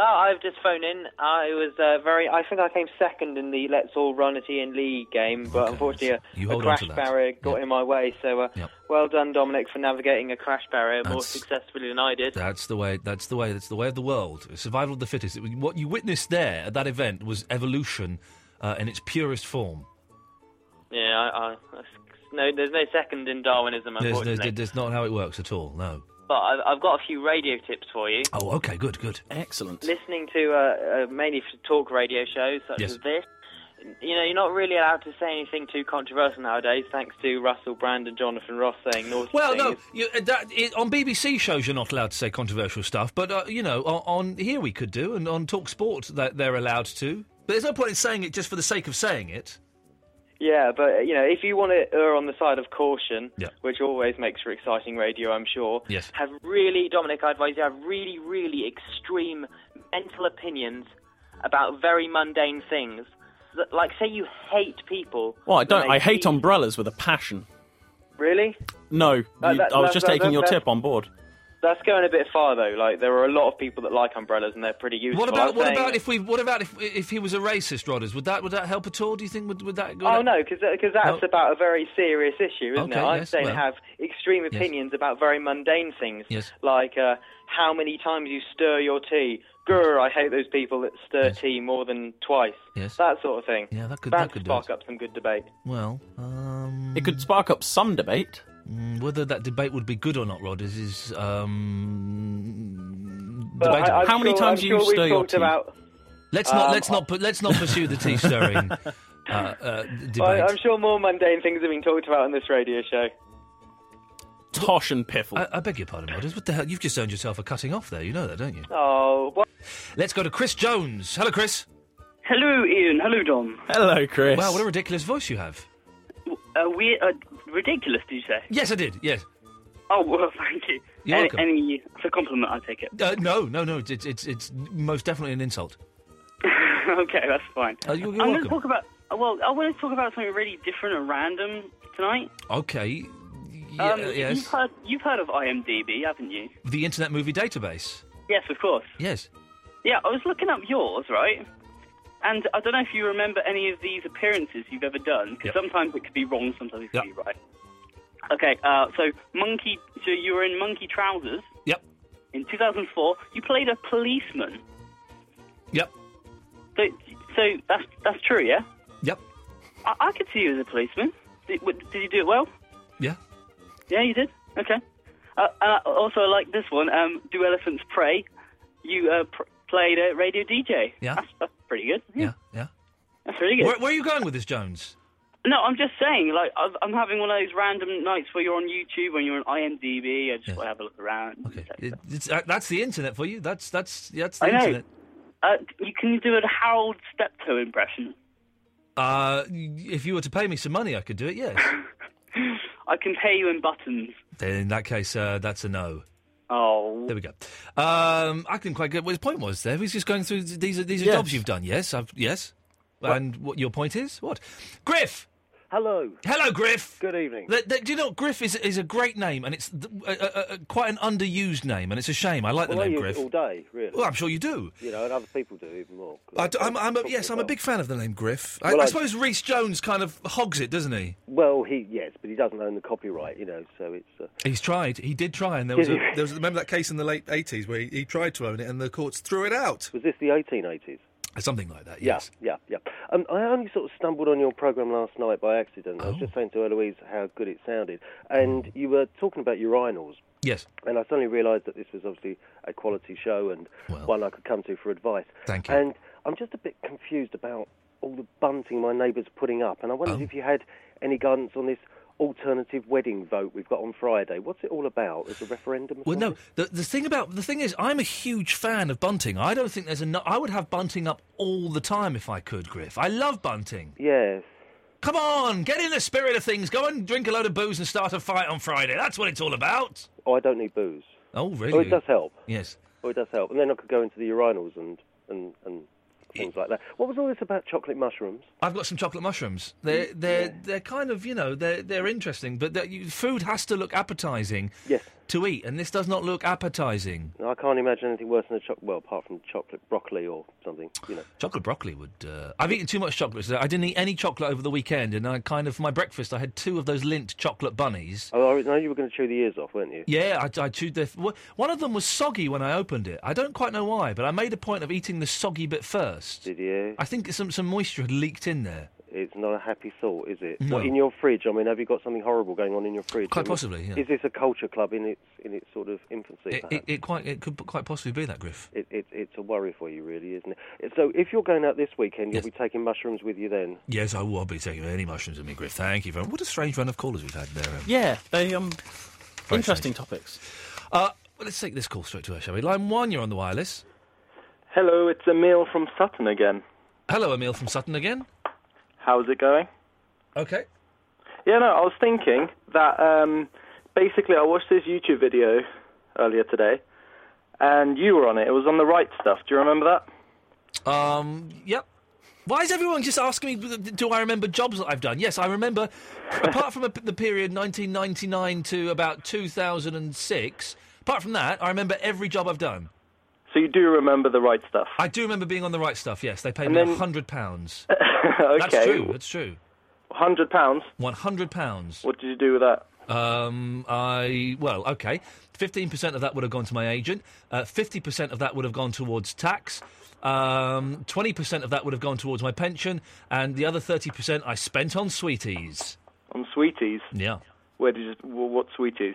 Speaker 20: Oh, I've just phoned in. I was uh, very. I think I came second in the Let's All Run at Ian Lee game, but unfortunately,
Speaker 7: You
Speaker 20: a, a
Speaker 7: hold on to
Speaker 20: crash
Speaker 7: that.
Speaker 20: barrier got in my way. So, uh, well done, Dominic, for navigating a crash barrier more
Speaker 7: That's-
Speaker 20: successfully than I did.
Speaker 7: That's the way. That's the way. That's the way of the world. Survival of the fittest. It was- what you witnessed there at that event was evolution uh, in its purest form.
Speaker 20: Yeah, I, I, that's- no, there's no second in Darwinism,
Speaker 7: There's,
Speaker 20: unfortunately.
Speaker 7: there's, there's not how it works at all. No.
Speaker 20: But I, I've got a few radio tips for you.
Speaker 7: Oh, okay. Good. Good.
Speaker 9: Excellent.
Speaker 20: Listening to uh, uh, mainly for talk radio shows such
Speaker 7: Yes.
Speaker 20: as this, you know, you're not really allowed to say anything too controversial nowadays, thanks to Russell Brand and Jonathan Ross saying naughty
Speaker 7: Well,
Speaker 20: things.
Speaker 7: no, you, uh, that, it, on BBC shows you're not allowed to say controversial stuff, but uh, you know, on, on here we could do, and on Talk Sport that they're allowed to. But there's no point in saying it just for the sake of saying it.
Speaker 20: Yeah, but you know, if you want to err on the side of caution,
Speaker 7: Yeah.
Speaker 20: which always makes for exciting radio, I'm sure.
Speaker 7: Yes.
Speaker 20: Have really, Dominic, I advise you have really, really extreme mental opinions about very mundane things. That- Like, say you hate people.
Speaker 9: Well, I don't.
Speaker 20: when
Speaker 9: I
Speaker 20: they
Speaker 9: hate
Speaker 20: see-
Speaker 9: umbrellas with a passion.
Speaker 20: Really?
Speaker 9: No,
Speaker 20: No,
Speaker 9: you-
Speaker 20: that-
Speaker 9: I was
Speaker 20: that-
Speaker 9: just
Speaker 20: that-
Speaker 9: taking your
Speaker 20: that-
Speaker 9: tip on board.
Speaker 20: That's going a bit far though. Like, there are a lot of people that like umbrellas and they're pretty useful.
Speaker 7: What
Speaker 20: I'm
Speaker 7: about what
Speaker 20: saying-
Speaker 7: about if we what about if if he was a racist, Rodders? Would that would that help at all? Do you think would would that? Would
Speaker 20: Oh
Speaker 7: that-
Speaker 20: no, because that's about a very serious issue, isn't
Speaker 7: Okay,
Speaker 20: it? I'm
Speaker 7: yes,
Speaker 20: saying
Speaker 7: well,
Speaker 20: have extreme
Speaker 7: yes.
Speaker 20: opinions about very mundane things,
Speaker 7: Yes.
Speaker 20: like uh, how many times you stir your tea. Grr, I hate those people that stir tea more than twice.
Speaker 7: Yes.
Speaker 20: That sort of thing.
Speaker 7: Yeah, that could-
Speaker 20: that
Speaker 7: that could do
Speaker 20: spark up some good debate.
Speaker 7: Well, um, mm,
Speaker 9: it could spark up some debate.
Speaker 7: Whether that debate would be good or not, Rodders, is um,
Speaker 20: Well, I-
Speaker 7: debatable.
Speaker 20: I'm How many sure- times I'm do you sure we've stir your talked tea? about-
Speaker 7: Let's not
Speaker 20: Um,
Speaker 7: let's not pu- let's not pursue
Speaker 20: <laughs>
Speaker 7: the tea stirring uh, uh, debate.
Speaker 20: Well, I'm sure more mundane things have been talked about on this radio show.
Speaker 9: Tosh and piffle.
Speaker 7: I, I beg your pardon, Rodders. What the hell? You've just earned yourself a cutting off there. You know that, don't you?
Speaker 20: Oh, what?
Speaker 7: Let's go to Chris Jones. Hello, Chris.
Speaker 21: Hello, Ian. Hello, Dom.
Speaker 9: Hello, Chris.
Speaker 7: Wow, what a ridiculous voice you have.
Speaker 21: Uh, we uh, ridiculous, did you say?
Speaker 7: Yes, I did. Yes.
Speaker 21: Oh, well, <laughs> thank you.
Speaker 7: You're
Speaker 21: any,
Speaker 7: welcome.
Speaker 21: any, it's a compliment, I take it.
Speaker 7: Uh, no, no, no. It's it's it's most definitely an insult.
Speaker 21: <laughs> okay, that's fine.
Speaker 7: Uh, you're, you're
Speaker 21: I'm
Speaker 7: welcome.
Speaker 21: to talk about. uh, Well, I want to talk about something really different and random tonight.
Speaker 7: Okay. Yeah,
Speaker 21: um, You've
Speaker 7: yes.
Speaker 21: heard, you've heard of IMDb, haven't you?
Speaker 7: The Internet Movie Database.
Speaker 21: Yes, of course.
Speaker 7: Yes.
Speaker 21: Yeah, I was looking up yours, right? And I don't know if you remember any of these appearances you've ever done, because
Speaker 7: Yep.
Speaker 21: sometimes it could be wrong, sometimes it could
Speaker 7: Yep.
Speaker 21: be right. Okay, uh, so monkey. So you were in Monkey Trousers.
Speaker 7: Yep.
Speaker 21: In 2004, you played a policeman.
Speaker 7: Yep.
Speaker 21: So, so that's that's true, yeah.
Speaker 7: Yep.
Speaker 21: I, I could see you as a policeman. Did, what, did you do it well?
Speaker 7: Yeah.
Speaker 21: Yeah, you did. Okay. Uh, uh, also, I like this one. Um, do elephants pray? You uh, pr- played a radio DJ.
Speaker 7: Yeah.
Speaker 21: That's, that's pretty good.
Speaker 7: Yeah. Yeah.
Speaker 21: That's really good.
Speaker 7: Where, where are you going with this, Jones?
Speaker 21: No, I'm just saying, like, I've, I'm having one of those random nights where you're on YouTube, when you're on IMDb, I just want to have a look around. Okay.
Speaker 7: It, it's, uh, that's the internet for you. That's that's that's the
Speaker 21: I know.
Speaker 7: internet.
Speaker 21: Uh, you can do a Harold Steptoe impression.
Speaker 7: Uh, if you were to pay me some money, I could do it. Yes.
Speaker 21: <laughs> I can pay you in buttons.
Speaker 7: then in that case, uh, that's a no.
Speaker 21: Oh.
Speaker 7: There we go. Um, I can quite get what his point was there. He's just going through th- these are these are
Speaker 22: Yes.
Speaker 7: jobs you've done. Yes. I've, yes. And what your point is? What? Griff.
Speaker 22: Hello.
Speaker 7: Hello, Griff.
Speaker 22: Good evening.
Speaker 7: Th- th- do you know what? Griff is is a great name, and it's th- uh, uh, uh, quite an underused name, and it's a shame. I like the
Speaker 22: well, I
Speaker 7: name
Speaker 22: use
Speaker 7: Griff.
Speaker 22: it all day, really.
Speaker 7: Well, I'm sure you do.
Speaker 22: You know, and other people do even more.
Speaker 7: I d- I'm, I'm a, yes, I'm a big fan of the name Griff. I,
Speaker 22: Well,
Speaker 7: I
Speaker 22: I-
Speaker 7: suppose Reese Jones kind of hogs it, doesn't he?
Speaker 22: Well, he yes, but he doesn't own the copyright, you know. So it's uh,
Speaker 7: He's tried. He did try, and there was a,
Speaker 22: Did he?
Speaker 7: there was remember that case in the late '80s where he, he tried to own it, and the courts threw it out.
Speaker 22: was this the 1880s?
Speaker 7: Something like that.
Speaker 22: Yes. Yeah, yeah, yeah. Um, I only sort of stumbled on your program last night by accident.
Speaker 7: Oh.
Speaker 22: I was just saying to Eloise how good it sounded, and
Speaker 7: Hmm.
Speaker 22: you were talking about urinals.
Speaker 7: Yes.
Speaker 22: And I suddenly realised that this was obviously a quality show and one I could come to for advice.
Speaker 7: Thank
Speaker 22: you. And I'm just a bit confused about all the bunting my neighbours are putting up, and I
Speaker 7: Oh.
Speaker 22: wondered if you had any guidance on this alternative wedding vote we've got on Friday. What's it all about? Is a referendum? or
Speaker 7: Well,
Speaker 22: something?
Speaker 7: no. The, the thing about the thing is, I'm a huge fan of bunting. I don't think there's enough. I would have bunting up all the time if I could, Griff. I love bunting.
Speaker 22: Yes.
Speaker 7: Come on, get in the spirit of things. Go and drink a load of booze and start a fight on Friday. That's what it's all about.
Speaker 22: Oh, I don't need booze.
Speaker 7: Oh, really?
Speaker 22: Oh, it does help.
Speaker 7: Yes.
Speaker 22: Oh, it does help. And then I could go into the urinals and, and, and things like that. What was all this about chocolate mushrooms?
Speaker 7: I've got some chocolate mushrooms. They're
Speaker 22: Mm,
Speaker 7: they're they're kind of you know they're they're interesting, but that you, food has to look appetising
Speaker 22: Yes.
Speaker 7: to eat, and this does not look appetising.
Speaker 22: No, I can't imagine anything worse than a chocolate, well, apart from chocolate broccoli or something, you know.
Speaker 7: Chocolate broccoli would. Uh, I've eaten too much chocolate. today. I didn't eat any chocolate over the weekend, and I kind of for my breakfast I had two of those lint chocolate bunnies.
Speaker 22: Oh, I know you were going to chew the ears off, weren't you?
Speaker 7: Yeah, I, I chewed the. wh- One of them was soggy when I opened it. I don't quite know why, but I made a point of eating the soggy bit first.
Speaker 22: Did you?
Speaker 7: I think some some moisture had leaked in there.
Speaker 22: it's not a happy thought, is it?
Speaker 7: No.
Speaker 22: What, in your fridge, I mean, have you got something horrible going on in your fridge?
Speaker 7: Quite
Speaker 22: I mean,
Speaker 7: possibly, yeah.
Speaker 22: Is this a culture club in its in its sort of infancy?
Speaker 7: It,
Speaker 22: perhaps?
Speaker 7: it, it quite it could quite possibly be that, Griff.
Speaker 22: It, it, it's a worry for you, really, isn't it? So, if you're going out this weekend, you'll be taking mushrooms with you then.
Speaker 7: Yes, I will be taking any mushrooms with me, Griff. Thank you very much. What a strange run of callers we've had there. Um,
Speaker 9: Yeah, they um,
Speaker 7: Very
Speaker 9: interesting topics.
Speaker 7: Uh, well, let's take this call straight to her, shall we? Line one, you're on the wireless.
Speaker 2: Hello, it's Emil from Sutton again.
Speaker 7: Hello, Emil from Sutton again.
Speaker 2: How's it going?
Speaker 7: Okay.
Speaker 2: Yeah, no, I was thinking that um, basically I watched this YouTube video earlier today, and you were on it. It was on the right stuff. Do you remember that?
Speaker 7: Um, yep. Why is everyone just asking me, do I remember jobs that I've done? Yes, I remember, apart from a, the period 1999 to about 2006, apart from that, I remember every job I've done.
Speaker 2: So you do remember the right stuff?
Speaker 7: I do remember being on the right stuff, yes. They paid
Speaker 2: And
Speaker 7: me
Speaker 2: then-
Speaker 7: £100.
Speaker 2: <laughs> okay.
Speaker 7: That's true, that's true.
Speaker 2: Hundred pounds.
Speaker 7: One hundred pounds.
Speaker 2: What did you do with that?
Speaker 7: Um, I well, okay. Fifteen percent of that would have gone to my agent. Uh, Fifty percent of that would have gone towards tax. Um, Twenty percent of that would have gone towards my pension, and the other thirty percent I spent on sweeties.
Speaker 2: On sweeties.
Speaker 7: Yeah.
Speaker 2: Where did you? wh- What sweeties?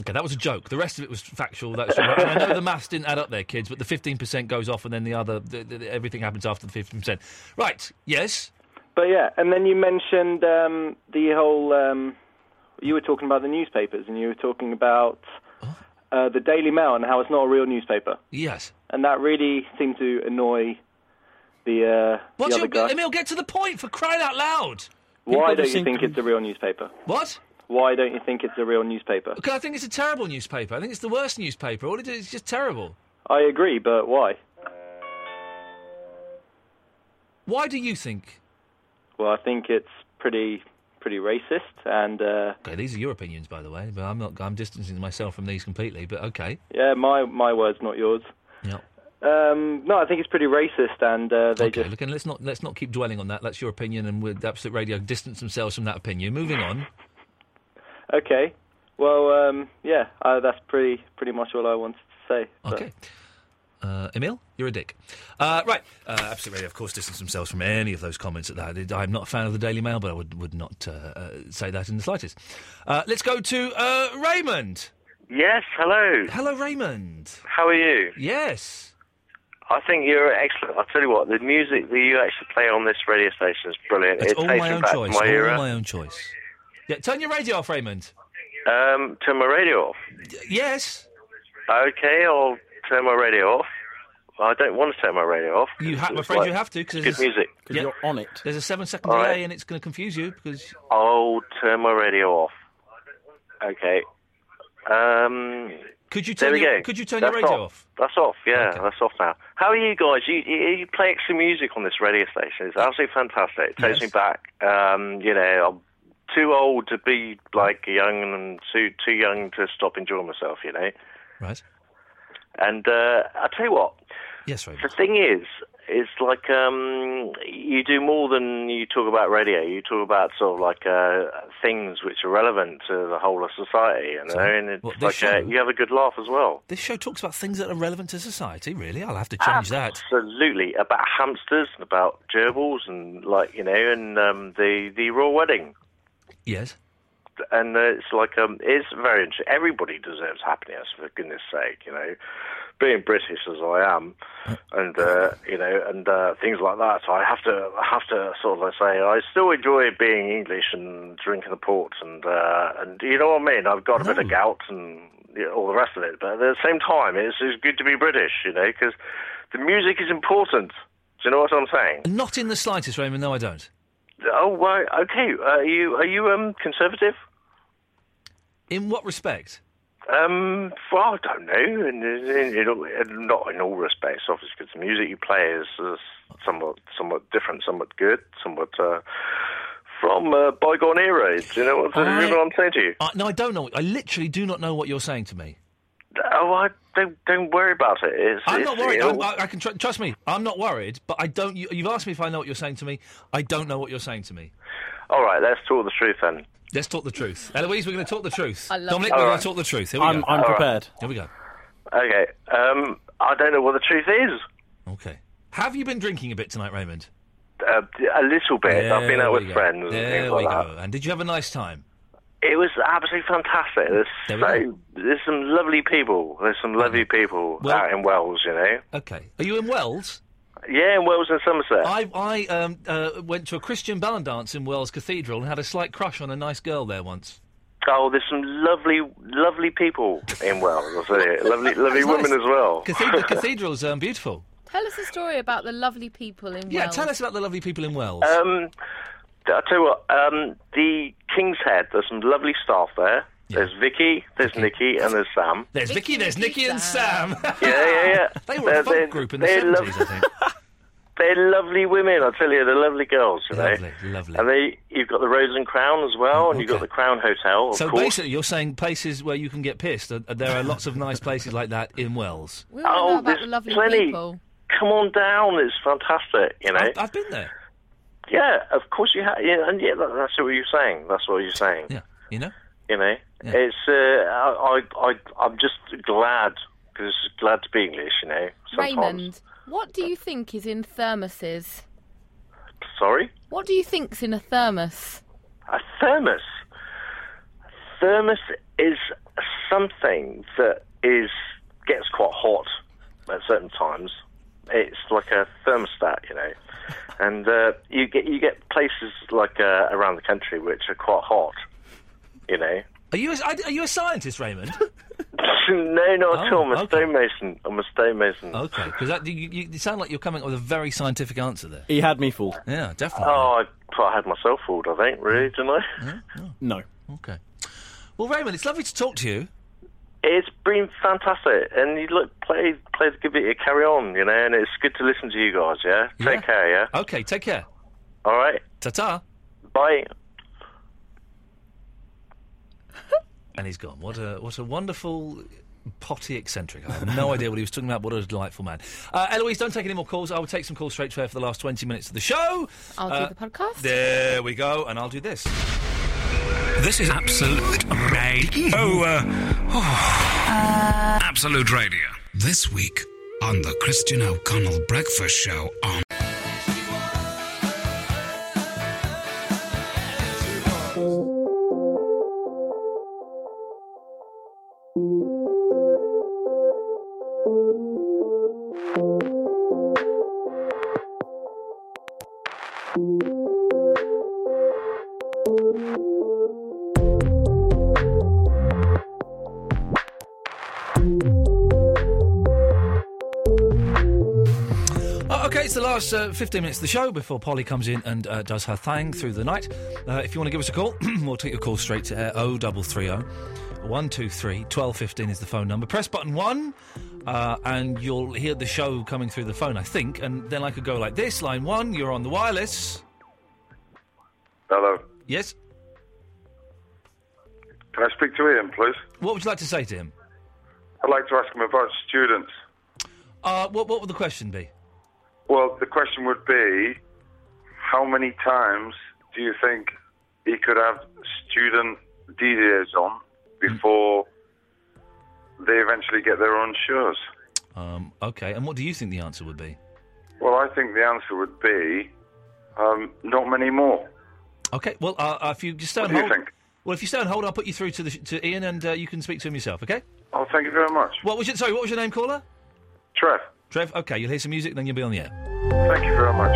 Speaker 7: Okay, that was a joke. The rest of it was factual. That's true. I know the maths didn't add up there, kids, but the fifteen percent goes off, and then the other, the, the, the- everything happens after the fifteen percent. Right? Yes.
Speaker 2: But yeah, and then you mentioned um, the whole. Um, you were talking about the newspapers, and you were talking about
Speaker 7: Oh.
Speaker 2: uh, the Daily Mail and how it's not a real newspaper,
Speaker 7: Yes.
Speaker 2: and that really seemed to annoy the uh,
Speaker 7: What's
Speaker 2: the
Speaker 7: your
Speaker 2: other guy.
Speaker 7: Emil? Get to the point for crying out loud.
Speaker 2: Why
Speaker 7: People
Speaker 2: don't
Speaker 7: just
Speaker 2: you
Speaker 7: seem
Speaker 2: think it's a real newspaper?
Speaker 7: What?
Speaker 2: Why don't you think it's a real newspaper?
Speaker 7: Because I think it's a terrible newspaper. I think it's the worst newspaper. All it is is just terrible.
Speaker 2: I agree, but why?
Speaker 7: Why do you think?
Speaker 2: Well, I think it's pretty pretty racist, and uh,
Speaker 7: Okay, these are your opinions, by the way. But I'm not. I'm distancing myself from these completely. But okay.
Speaker 2: yeah, my my words, not yours.
Speaker 7: Yeah.
Speaker 2: Um, no, I think it's pretty racist, and uh, they
Speaker 7: Okay.
Speaker 2: just
Speaker 7: Look, and let's not let's not keep dwelling on that. That's your opinion, and with Absolute Radio, distance themselves from that opinion. Moving on.
Speaker 2: Okay. Well, um, yeah, uh, that's pretty pretty much all I wanted to say. but-
Speaker 7: Okay. Uh, Emil, you're a dick. Uh, right. Uh, Absolute Radio, of course, distance themselves from any of those comments at that. I'm not a fan of the Daily Mail, but I would would not uh, uh, say that in the slightest. Uh, let's go to uh, Raymond.
Speaker 3: Yes, hello.
Speaker 7: Hello, Raymond.
Speaker 3: How are you?
Speaker 7: Yes.
Speaker 3: I think you're excellent. I'll tell you what, the music that you actually play on this radio station is brilliant.
Speaker 7: It's
Speaker 3: it
Speaker 7: all
Speaker 3: takes
Speaker 7: my
Speaker 3: me
Speaker 7: own
Speaker 3: back
Speaker 7: choice.
Speaker 3: to my
Speaker 7: all
Speaker 3: era.
Speaker 7: my own choice. Yeah, turn your radio off, Raymond.
Speaker 3: Um, turn my radio off.
Speaker 7: Yes.
Speaker 3: Okay, I'll turn my radio off. I don't want to turn my radio off.
Speaker 7: You ha- I'm
Speaker 3: It's
Speaker 7: afraid
Speaker 3: like
Speaker 7: you have to because
Speaker 3: good music.
Speaker 7: you're on it. There's a seven second
Speaker 3: All
Speaker 7: delay
Speaker 3: right.
Speaker 7: and it's going to confuse you because
Speaker 3: I'll turn my radio off. Okay. Um,
Speaker 7: could you
Speaker 3: there
Speaker 7: turn
Speaker 3: we
Speaker 7: your-
Speaker 3: go.
Speaker 7: could you turn your
Speaker 3: That's
Speaker 7: radio
Speaker 3: off? That's off. Yeah, that's off now. How are you guys? You you you play extra music on this radio station. It's absolutely fantastic. It takes me back. Um, you know, I'm too old to be like young and too too young to stop enjoying myself. You know.
Speaker 7: Right.
Speaker 3: And uh, I tell you what,
Speaker 7: yes, Raymond.
Speaker 3: the thing is, it's like um, you do more than you talk about radio. You talk about sort of like uh, things which are relevant to the whole of society, you know.
Speaker 7: So,
Speaker 3: and it's
Speaker 7: what, this
Speaker 3: like uh,
Speaker 7: show?
Speaker 3: you have a good laugh as well.
Speaker 7: This show talks about things that are relevant to society. Really, I'll
Speaker 3: Ah.
Speaker 7: have to change that.
Speaker 3: Absolutely, about hamsters and about gerbils and like you know, and um, the the royal wedding.
Speaker 7: Yes.
Speaker 3: And uh, it's like um, it's very interesting. Everybody deserves happiness, for goodness sake, you know. Being British as I am, and uh, you know, and uh, things like that, so I have to I have to sort of like say I still enjoy being English and drinking the port, and uh, and you know what I mean. I've got a bit of gout and you know, all the rest of it, but at the same time, it's, it's good to be British, you know, because the music is important. Do you know what I'm saying?
Speaker 7: Not in the slightest, Raymond. No, I don't.
Speaker 3: Oh, well, okay. Uh, are you are you um conservative?
Speaker 7: In what respect?
Speaker 3: Um, well, I don't know, and in, in, all- in, not in all respects, obviously, because the music you play is, is somewhat somewhat different, somewhat good, somewhat uh, from uh, bygone eras. Do you know what,
Speaker 7: I-
Speaker 3: you know what I'm saying to you?
Speaker 7: Uh, no, I don't know. I literally do not know what you're saying to me.
Speaker 3: Oh, I don't don't worry about it. It's,
Speaker 7: I'm
Speaker 3: it's,
Speaker 7: not worried.
Speaker 3: you know,
Speaker 7: I'm, I, I can tr- trust me. I'm not worried. But I don't. You, you've asked me if I know what you're saying to me. I don't know what you're saying to me.
Speaker 3: all right, let's talk the truth then.
Speaker 7: Let's talk the truth. Eloise, we're going to talk the truth.
Speaker 3: I love
Speaker 7: Dominic,
Speaker 3: that.
Speaker 7: we're
Speaker 3: All
Speaker 7: going
Speaker 3: right.
Speaker 7: to talk the truth. Here we
Speaker 3: I'm-
Speaker 7: go.
Speaker 3: I'm All right. prepared.
Speaker 7: Here we go.
Speaker 3: Okay. Um, I don't know what the truth is.
Speaker 7: Okay. Have you been drinking a bit tonight, Raymond?
Speaker 3: uh, a little bit. I've been
Speaker 7: There
Speaker 3: out
Speaker 7: we
Speaker 3: with
Speaker 7: go.
Speaker 3: friends and
Speaker 7: There
Speaker 3: things
Speaker 7: we
Speaker 3: like that.
Speaker 7: go. And did you have a nice time?
Speaker 3: It was absolutely fantastic. There's
Speaker 7: There we
Speaker 3: so, there's some lovely people. There's some lovely people
Speaker 7: Well-
Speaker 3: out in Wales, you know.
Speaker 7: Okay. Are you in Wells?
Speaker 3: Yeah, in Wales and Somerset.
Speaker 7: I I um, uh, went to a Christian ballad dance in Wells Cathedral and had a slight crush on a nice girl there once.
Speaker 3: Oh, there's some lovely, lovely people in Wales. I'll tell
Speaker 7: <laughs>
Speaker 3: you. lovely, lovely
Speaker 7: That's
Speaker 3: women
Speaker 7: nice.
Speaker 3: as well. <laughs>
Speaker 7: Cathedral, cathedral's um, beautiful.
Speaker 8: Tell us a story about the lovely people in
Speaker 7: Yeah,
Speaker 8: Wales.
Speaker 7: tell us about the lovely people in Wells.
Speaker 3: Um, I tell you what, um, the King's Head. There's some lovely staff there. There's Vicky, there's Nikki, and there's Sam.
Speaker 7: There's Vicky, there's Nikki and Sam. <laughs>
Speaker 3: Yeah, yeah, yeah.
Speaker 7: They were a folk
Speaker 3: they're-
Speaker 7: group in the
Speaker 3: they're
Speaker 7: 70s, I think.
Speaker 3: <laughs> They're lovely women, I tell you. They're lovely girls, you
Speaker 7: Lovely,
Speaker 3: know.
Speaker 7: lovely.
Speaker 3: And they, you've got the Rose and Crown as well, and you've got the Crown Hotel, of
Speaker 7: So
Speaker 3: course.
Speaker 7: basically, you're saying places where you can get pissed. uh, There are lots of nice places like that in Wells.
Speaker 8: We
Speaker 3: all
Speaker 8: know
Speaker 3: Oh,
Speaker 8: about the
Speaker 3: there's
Speaker 8: lovely
Speaker 3: plenty.
Speaker 8: people.
Speaker 3: Come on down, it's fantastic, you know.
Speaker 7: I've been there.
Speaker 3: Yeah, of course you have. Yeah, and yeah, that, that's what you're saying. That's what you're saying. Yeah,
Speaker 7: you know?
Speaker 3: You know, it's. Uh, I, I, I, I'm just glad because glad to be English. You know. Sometimes.
Speaker 8: Raymond, what do you think is in thermoses?
Speaker 3: Sorry.
Speaker 8: What do you think's in a thermos?
Speaker 3: A thermos. Thermos is something that is gets quite hot at certain times. It's like a thermostat, you
Speaker 7: <laughs>
Speaker 3: know, and uh, you get you get places like uh, around the country which are quite hot, you know. <laughs>
Speaker 7: Are you a, are you a scientist, Raymond?
Speaker 3: no, not at
Speaker 7: Oh,
Speaker 3: all. I'm a stonemason. I'm a stonemason.
Speaker 7: Okay, because that you, you you sound like you're coming up with a very scientific answer there.
Speaker 9: He had me fooled.
Speaker 7: Yeah, definitely.
Speaker 3: Oh, I, I had myself fooled. I think really, didn't I?
Speaker 9: No.
Speaker 7: Okay. Well, Raymond, it's lovely to talk to you.
Speaker 3: It's been fantastic, and you look play play the guitar, carry on, you know, and it's good to listen to you guys. Yeah, take care. Yeah.
Speaker 7: Okay, take care.
Speaker 3: All right.
Speaker 7: Ta ta.
Speaker 3: Bye.
Speaker 7: And he's gone. What a what a wonderful potty eccentric.
Speaker 1: <laughs>
Speaker 7: I have no idea what he was talking about. What a delightful man. Uh, Eloise, don't take any more calls. I will take some calls straight to air for the last twenty minutes of the show.
Speaker 8: I'll
Speaker 7: Uh,
Speaker 8: do the podcast.
Speaker 7: There we go, and I'll do this.
Speaker 1: This is absolute radio. Oh, uh, absolute radio.
Speaker 4: This week on the Christian O'Connell Breakfast Show on.
Speaker 7: Uh, okay, it's the last uh, 15 minutes of the show before Polly comes in and uh, does her thang through the night. Uh, if you want to give us a call, <clears throat> we'll take your call straight to air 0330 123 1215 is the phone number. Press button one, uh, and you'll hear the show coming through the phone, I think. And then I could go like this line one, you're on the wireless.
Speaker 17: Hello.
Speaker 7: Yes?
Speaker 17: Can I speak to Ian, please?
Speaker 7: What would you like to say to him?
Speaker 17: I'd like to ask him about students.
Speaker 7: Uh, what, what would the question be?
Speaker 17: Well, the question would be how many times do you think he could have student DJs on before they eventually get their own shows?
Speaker 7: Um, okay, and what do you think the answer would be?
Speaker 17: Well, I think the answer would be um, not many more.
Speaker 7: Okay, well, uh, uh, if you just stay on
Speaker 17: do you
Speaker 7: hold.
Speaker 17: think?
Speaker 7: Well, if you stay on hold, I'll put you through to, the, sh- to Ian and uh, you can speak to him yourself, okay?
Speaker 17: Oh, thank you very much.
Speaker 7: What was your, sorry, what was your name, caller?
Speaker 17: Trev.
Speaker 7: Trev, okay, you'll hear some music, then you'll be on the air.
Speaker 17: Thank you very much.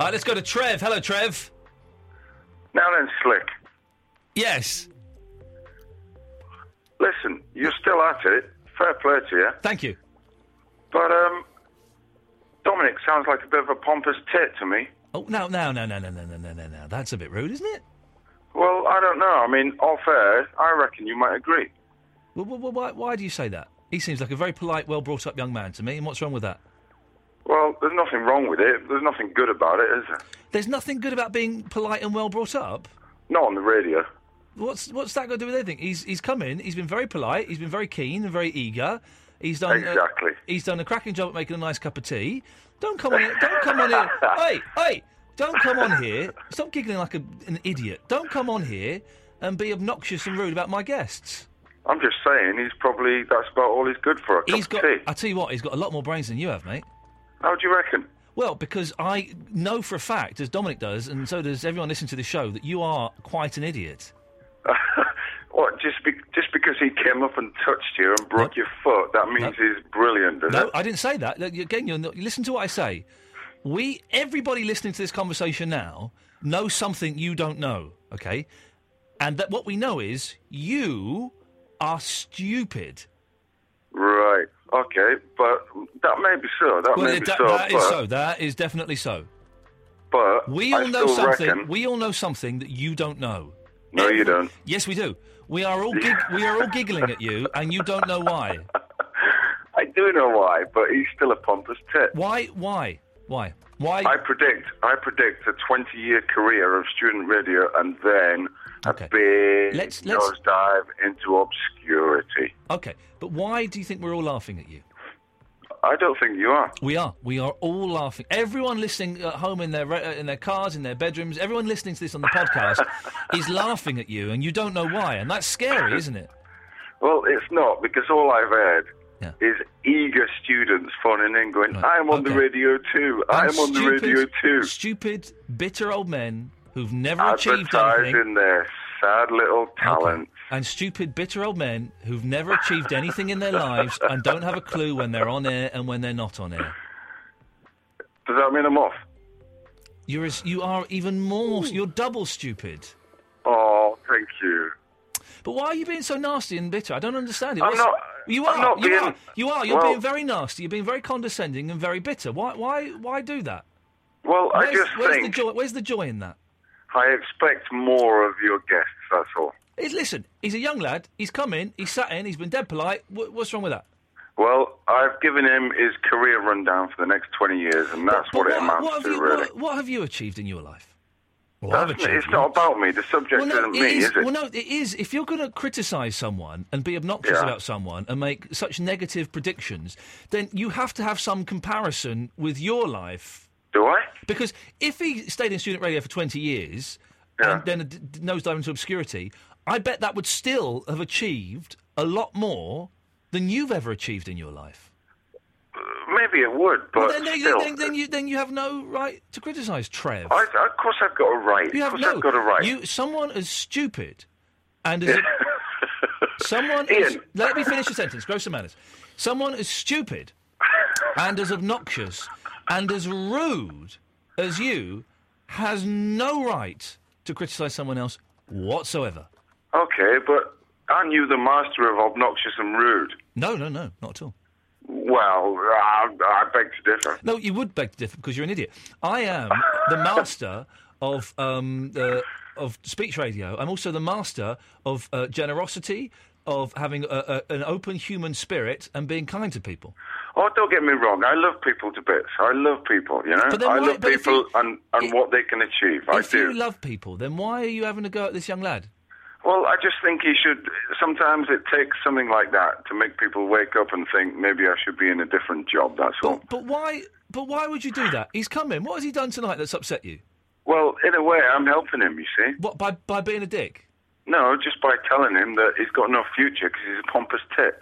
Speaker 7: Uh, let's go to Trev. Hello, Trev.
Speaker 17: Now then, Slick.
Speaker 7: Yes.
Speaker 17: Listen, you're still at it. Fair play to you.
Speaker 7: Thank you.
Speaker 17: But um, Dominic sounds like a bit of a pompous tit to me.
Speaker 7: Oh, no, no, no, no, no, no, no, no, no, no. That's a bit rude, isn't it?
Speaker 17: Well, I don't know. I mean, off air, I reckon you might agree.
Speaker 7: Well, well, well, why, why do you say that? He seems like a very polite, well brought up young man to me, and what's wrong with that?
Speaker 17: Well, there's nothing wrong with it. There's nothing good about it, is there?
Speaker 7: There's nothing good about being polite and well brought up.
Speaker 17: Not on the radio.
Speaker 7: What's what's that got to do with anything? He's he's come in. He's been very polite. He's been very keen and very eager. He's done a-
Speaker 17: Exactly.
Speaker 7: he's done a cracking job at making a nice cup of tea. Don't come on. here- Don't come on
Speaker 17: <laughs>
Speaker 7: here. hey, hey! Don't come on here. Stop giggling like a, an idiot. Don't come on here and be obnoxious and rude about my guests.
Speaker 17: I'm just saying, he's probably that's about all he's good for. A cup
Speaker 7: He's
Speaker 17: of
Speaker 7: got.
Speaker 17: tea. <laughs>
Speaker 7: I tell you what, he's got a lot more brains than you have, mate.
Speaker 17: How do you reckon?
Speaker 7: Well, because I know for a fact, as Dominic does, and so does everyone listening to the show, that you are quite an idiot.
Speaker 17: What, just, be- just because he came up and touched you and broke your foot, that means he's brilliant, does
Speaker 7: No,
Speaker 17: it?
Speaker 7: I didn't say that. Look, Again, you're not, listen to what I say. We, everybody listening to this conversation now, knows something you don't know, okay? And that what we know is you are stupid.
Speaker 17: Right. Okay, but that may be so. That
Speaker 7: well,
Speaker 17: may be
Speaker 7: that-
Speaker 17: so.
Speaker 7: that
Speaker 17: but,
Speaker 7: is so. That is definitely so.
Speaker 17: But
Speaker 7: we
Speaker 17: I
Speaker 7: all know
Speaker 17: still
Speaker 7: something.
Speaker 17: reckon-
Speaker 7: We all know something that you don't know.
Speaker 17: No, you don't.
Speaker 7: Yes, we do. We are all gig- we are all giggling at you, and you don't know why.
Speaker 17: I do know why, but he's still a pompous tit.
Speaker 7: Why? Why? Why? Why?
Speaker 17: I predict. I predict a 20-year career of student radio and then a big
Speaker 7: Let's- let's-
Speaker 17: nosedive into obscurity.
Speaker 7: Okay, but why do you think we're all laughing at you?
Speaker 17: I don't think you are.
Speaker 7: We are. We are all laughing. Everyone listening at home in their re- uh, in their cars, in their bedrooms, everyone listening to this on the
Speaker 17: <laughs>
Speaker 7: podcast is laughing at you, and you don't know why, and that's scary, isn't it?
Speaker 17: Well, it's not because all I've heard is eager students phoning in, going, "I'm on the radio too. I'm, on the
Speaker 7: stupid-
Speaker 17: radio too."
Speaker 7: Stupid, bitter old men who've never achieved anything.
Speaker 17: Advertising their sad little talent.
Speaker 7: and stupid, bitter old men who've never achieved anything in their lives and don't have a clue when they're on air and when they're not on air.
Speaker 17: Does that mean I'm off?
Speaker 7: You're as, you are even more. You're double stupid.
Speaker 17: Oh, thank you.
Speaker 7: But why are you being so nasty and bitter? I don't understand it.
Speaker 17: I'm
Speaker 7: What's-
Speaker 17: not-
Speaker 7: You are.
Speaker 17: I'm not
Speaker 7: you
Speaker 17: being-
Speaker 7: are. You are. You're
Speaker 17: well-
Speaker 7: being very nasty. You're being very condescending and very bitter. Why? Why? Why do that?
Speaker 17: Well, I
Speaker 7: where's,
Speaker 17: just
Speaker 7: where's
Speaker 17: think-
Speaker 7: the joy? Where's the joy in that?
Speaker 17: I expect more of your guests. That's all.
Speaker 7: Is- listen, he's a young lad. He's come in. He's sat in. He's been dead polite. Wh- what's wrong with that?
Speaker 17: Well, I've given him his career rundown for the next 20 years, and that's what, it amounts
Speaker 7: What have
Speaker 17: to,
Speaker 7: you?
Speaker 17: really.
Speaker 7: What, what have you achieved in your life?
Speaker 17: That's- it's not about me. The subject isn't me,
Speaker 7: is,
Speaker 17: is it?
Speaker 7: Well, no, it is. If you're going to criticise someone and be obnoxious
Speaker 17: Yeah.
Speaker 7: about someone and make such negative predictions, then you have to have some comparison with your life.
Speaker 17: Do I?
Speaker 7: Because if he stayed in student radio for 20 years and then d- d- nosedived into obscurity, I bet that would still have achieved a lot more than you've ever achieved in your life.
Speaker 17: Maybe it would, but
Speaker 7: then, then,
Speaker 17: still.
Speaker 7: then, then you, then you have no right to criticise Trev.
Speaker 17: I, of course, I've got a right.
Speaker 7: You
Speaker 17: of
Speaker 7: have
Speaker 17: course,
Speaker 7: no.
Speaker 17: I've got a right.
Speaker 7: You someone as stupid and as <laughs>
Speaker 17: <laughs>
Speaker 7: someone. As, let me finish the sentence. Gross some manners. Someone as stupid and as obnoxious and as rude as you has no right to criticise someone else whatsoever.
Speaker 17: Okay, but aren't you the master of obnoxious and rude?
Speaker 7: No, no, no, not at all.
Speaker 17: Well, I, I beg to differ.
Speaker 7: No, you would beg to differ because you're an idiot. I am the master of um, uh, of speech radio. I'm also the master of uh, generosity, of having a, a, an open human spirit and being kind to people.
Speaker 17: Oh, don't get me wrong. I love people to bits. I love people, you know?
Speaker 7: But then
Speaker 17: I
Speaker 7: why-
Speaker 17: love
Speaker 7: but if
Speaker 17: people and, and what they can achieve. I
Speaker 7: if
Speaker 17: do.
Speaker 7: you love people, then why are you having a go at this young lad?
Speaker 17: Well, I just think he should. Sometimes it takes something like that to make people wake up and think maybe I should be in a different job. That's all.
Speaker 7: But why? But why would you do that? He's come in. What has he done tonight that's upset you?
Speaker 17: Well, in a way, I'm helping him. You see?
Speaker 7: What by by being a dick?
Speaker 17: No, just by telling him that he's got no future because he's a pompous tit.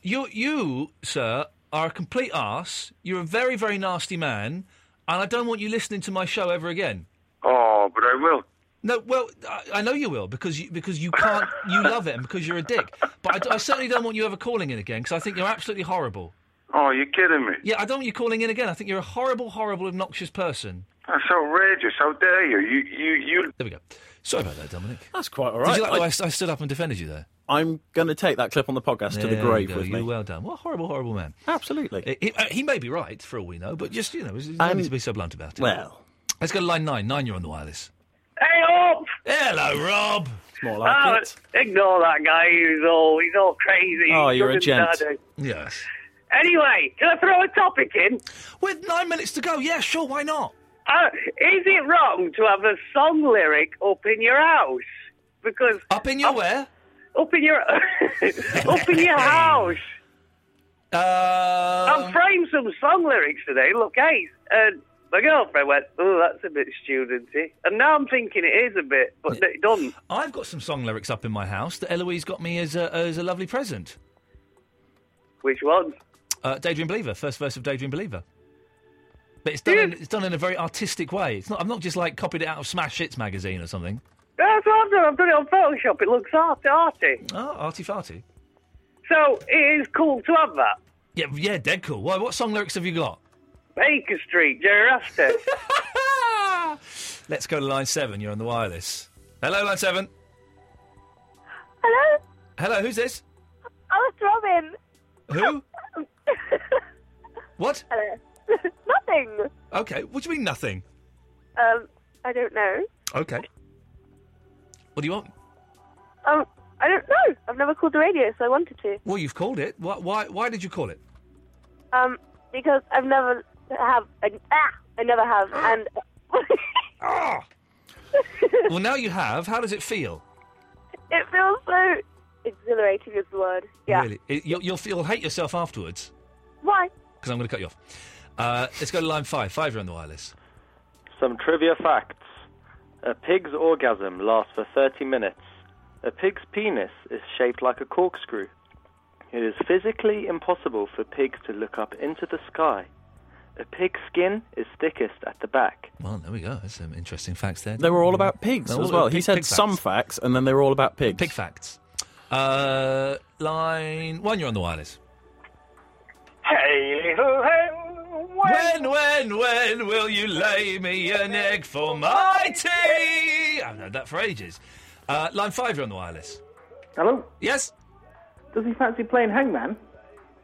Speaker 7: You, you, sir, are a complete ass. You're a very, very nasty man, and I don't want you listening to my show ever again.
Speaker 17: Oh, but I will.
Speaker 7: No, well, I, I know you will because you, because you can't, you love it, and because you're a dick. But I d- I, certainly don't want you ever calling in again because I think you're absolutely horrible.
Speaker 17: Oh, you're kidding me?
Speaker 7: Yeah, I don't want you calling in again. I think you're a horrible, horrible, obnoxious person.
Speaker 17: That's outrageous. How dare you? You, you, you.
Speaker 7: There we go. Sorry about that, Dominic.
Speaker 9: That's quite all
Speaker 7: Did
Speaker 9: right.
Speaker 7: you like the way I,
Speaker 9: I,
Speaker 7: st- I stood up and defended you there?
Speaker 9: am going to take that clip on the podcast to the
Speaker 7: There
Speaker 9: grave
Speaker 7: you go.
Speaker 9: with
Speaker 7: You
Speaker 9: me.
Speaker 7: Well done. What a horrible, horrible man.
Speaker 9: Absolutely.
Speaker 7: He, uh, he may be right for all we know, but just you know, there's no
Speaker 9: Um,
Speaker 7: need to be so blunt about it.
Speaker 9: well.
Speaker 7: let's go to line nine. Nine, you're on the wireless.
Speaker 10: Hey, up!
Speaker 7: Hello, Rob.
Speaker 9: More
Speaker 10: Oh, ignore that guy who's all he's all crazy.
Speaker 7: Oh, you're a
Speaker 10: Doesn't
Speaker 7: gent.
Speaker 10: matter.
Speaker 7: Yes.
Speaker 10: Anyway, can I throw a topic in?
Speaker 7: With nine minutes to go, yeah, sure, why not?
Speaker 10: Uh, is it wrong to have a song lyric up in your house? Because
Speaker 7: up in your where?
Speaker 10: Up in your <laughs> up in
Speaker 7: <laughs>
Speaker 10: your house.
Speaker 7: Uh, Um,
Speaker 10: I've framed some song lyrics today. Look, hey, and my girlfriend went, "Oh, that's a bit studenty," and now I'm thinking it is a bit, but it doesn't.
Speaker 7: I've got some song lyrics up in my house that Eloise got me as a, as a lovely present.
Speaker 10: Which one?
Speaker 7: Uh, Daydream Believer, first verse of Daydream Believer. But it's done,
Speaker 10: Hmm.
Speaker 7: in, it's done in a very artistic way. It's not, I've not just like copied it out of Smash Hits magazine or something.
Speaker 10: That's what I've done. I've done it on Photoshop. It looks art- arty.
Speaker 7: Oh, arty farty.
Speaker 10: So it is cool to have that.
Speaker 7: Yeah, yeah, dead cool. Why, what song lyrics have you got?
Speaker 10: Baker Street, Jerry Rastet.
Speaker 7: <laughs> Let's go to line seven. You're on the wireless. Hello, line seven.
Speaker 11: <laughs> Hello,
Speaker 7: Hello, who's this?
Speaker 11: I was Robin.
Speaker 7: Who? what?
Speaker 11: Hello. uh, <laughs> Nothing.
Speaker 7: Okay. What do you mean nothing?
Speaker 11: Um, I don't know.
Speaker 7: Okay. What do you want?
Speaker 11: Um, I don't know. I've never called the radio, so I wanted to.
Speaker 7: Well, you've called it. Why? Why, why did you call it?
Speaker 11: Um, because I've never have I- ah, I never have, and
Speaker 7: well, now you have. How does it feel?
Speaker 11: it feels so exhilarating is the word. Yeah.
Speaker 7: Really? It- you'll, you'll feel- hate yourself afterwards
Speaker 11: Why?
Speaker 7: because I'm going to cut you off. Uh, let's go to line five. Five, you're on the wireless.
Speaker 2: Some trivia facts. A pig's orgasm lasts for 30 minutes. A pig's penis is shaped like a corkscrew. It is physically impossible for pigs to look up into the sky. A pig's skin is thickest at the back.
Speaker 7: Well, there we go. That's some interesting facts there.
Speaker 9: They were all about pigs
Speaker 7: They're all
Speaker 9: as well.
Speaker 7: about
Speaker 9: He
Speaker 7: pig-
Speaker 9: said
Speaker 7: pig facts.
Speaker 9: some facts, and then they were all about pigs. Pig
Speaker 7: facts. Uh, line one, you're on the wireless.
Speaker 19: Hey, ho, hey,
Speaker 7: When, when, when will you lay me an egg for my tea? I've known that for ages. Uh, line five, you're on the wireless.
Speaker 12: Hello?
Speaker 7: Yes?
Speaker 12: Does he fancy playing hangman?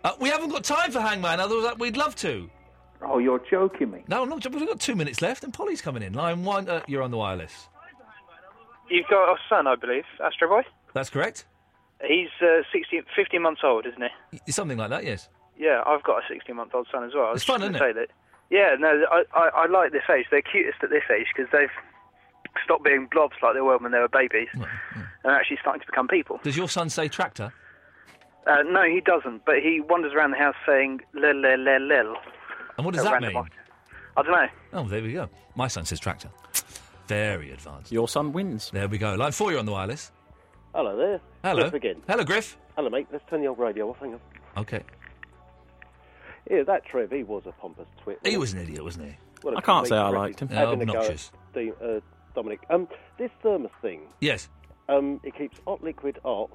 Speaker 7: Uh, we haven't got time for Hangman, otherwise we'd love to.
Speaker 12: Oh, you're joking me.
Speaker 7: No, I'm not. We've got two minutes left, and Polly's coming in. Line one, uh, you're on the wireless.
Speaker 23: You've got a son, I believe, Astro Boy.
Speaker 7: That's correct?
Speaker 23: He's uh, 16, 15 months old, isn't he?
Speaker 7: Y- Something like that, yes.
Speaker 23: Yeah, I've got a 16 month old son as well. I was
Speaker 7: It's fun,
Speaker 23: just
Speaker 7: isn't
Speaker 23: gonna
Speaker 7: it?
Speaker 23: say that. Yeah, no, I, I, I like this age. They're cutest at this age because they've stopped being blobs like they were when they were babies and are actually starting to become people.
Speaker 7: Does your son say tractor?
Speaker 23: Uh, no, he doesn't, but he wanders around the house saying lil, lil, lil, lil.
Speaker 7: And what does
Speaker 23: At
Speaker 7: that
Speaker 23: random
Speaker 7: mean?
Speaker 23: after- I don't know.
Speaker 7: Oh, there we go. My son says tractor. Very advanced. Your son wins. There we go. Line four, you're on the wireless.
Speaker 22: Hello there.
Speaker 7: Hello.
Speaker 22: Griff again.
Speaker 7: Hello, Griff.
Speaker 22: Hello, mate. Let's turn the old radio off. Hang on.
Speaker 7: Okay.
Speaker 22: Yeah, that Trev, he was a pompous twit.
Speaker 7: He was an idiot, wasn't he?
Speaker 22: What a
Speaker 9: I can't
Speaker 22: complete
Speaker 9: say I
Speaker 22: prick.
Speaker 9: liked him.
Speaker 22: He's having
Speaker 9: No,
Speaker 22: a go at
Speaker 9: obnoxious.
Speaker 22: Dean- uh, Dominic, um, this thermos thing,
Speaker 7: Yes.
Speaker 22: um, it keeps hot liquid hot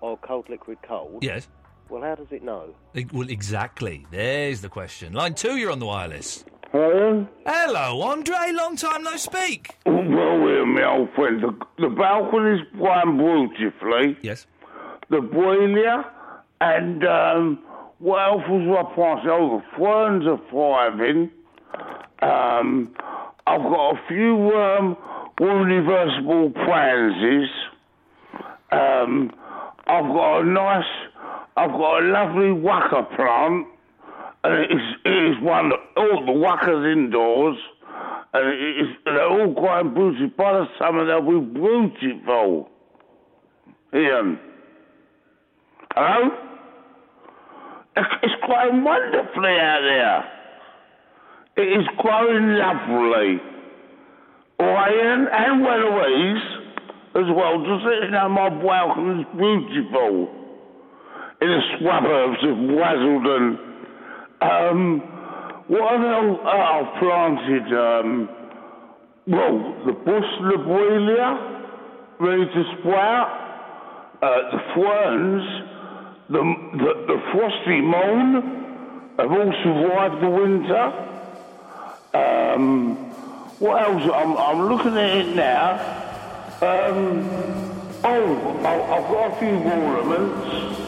Speaker 22: or cold liquid cold.
Speaker 7: Yes.
Speaker 22: Well, how does it know?
Speaker 7: E- Well, exactly. There's the question. Line two, you're on the wireless.
Speaker 6: Hello?
Speaker 7: Hello, Andre. Long time no speak.
Speaker 6: Well, we're my old friend. The, the balcony's prime beautifully.
Speaker 7: Yes.
Speaker 6: The boiler and um, what else was I passing? Oh, the ferns are thriving. Um, I've got a few um, irreversible pansies. Um, I've got a nice, I've got a lovely waka plant. And it is, it is one, all the wackers indoors. And it is, they're all quite beautiful. By the summer, they'll be beautiful. Ian. Hello? It's, it's growing wonderfully out there. It is growing lovely. Ian and Weatherways as well. Just sitting down my balcony is beautiful. In the suburbs of Wasildon. Um, what have I oh, I've planted? Um, well, the bush lobelia, ready to sprout. Uh, the ferns, the, the, the frosty moan have all survived the winter. Um, what else? I'm, I'm looking at it now. Um, oh, I, I've got a few ornaments.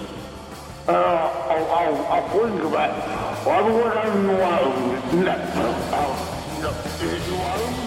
Speaker 6: Uh, I'll, I'll, I'll think about it. I don't want to know. No, no, no, no.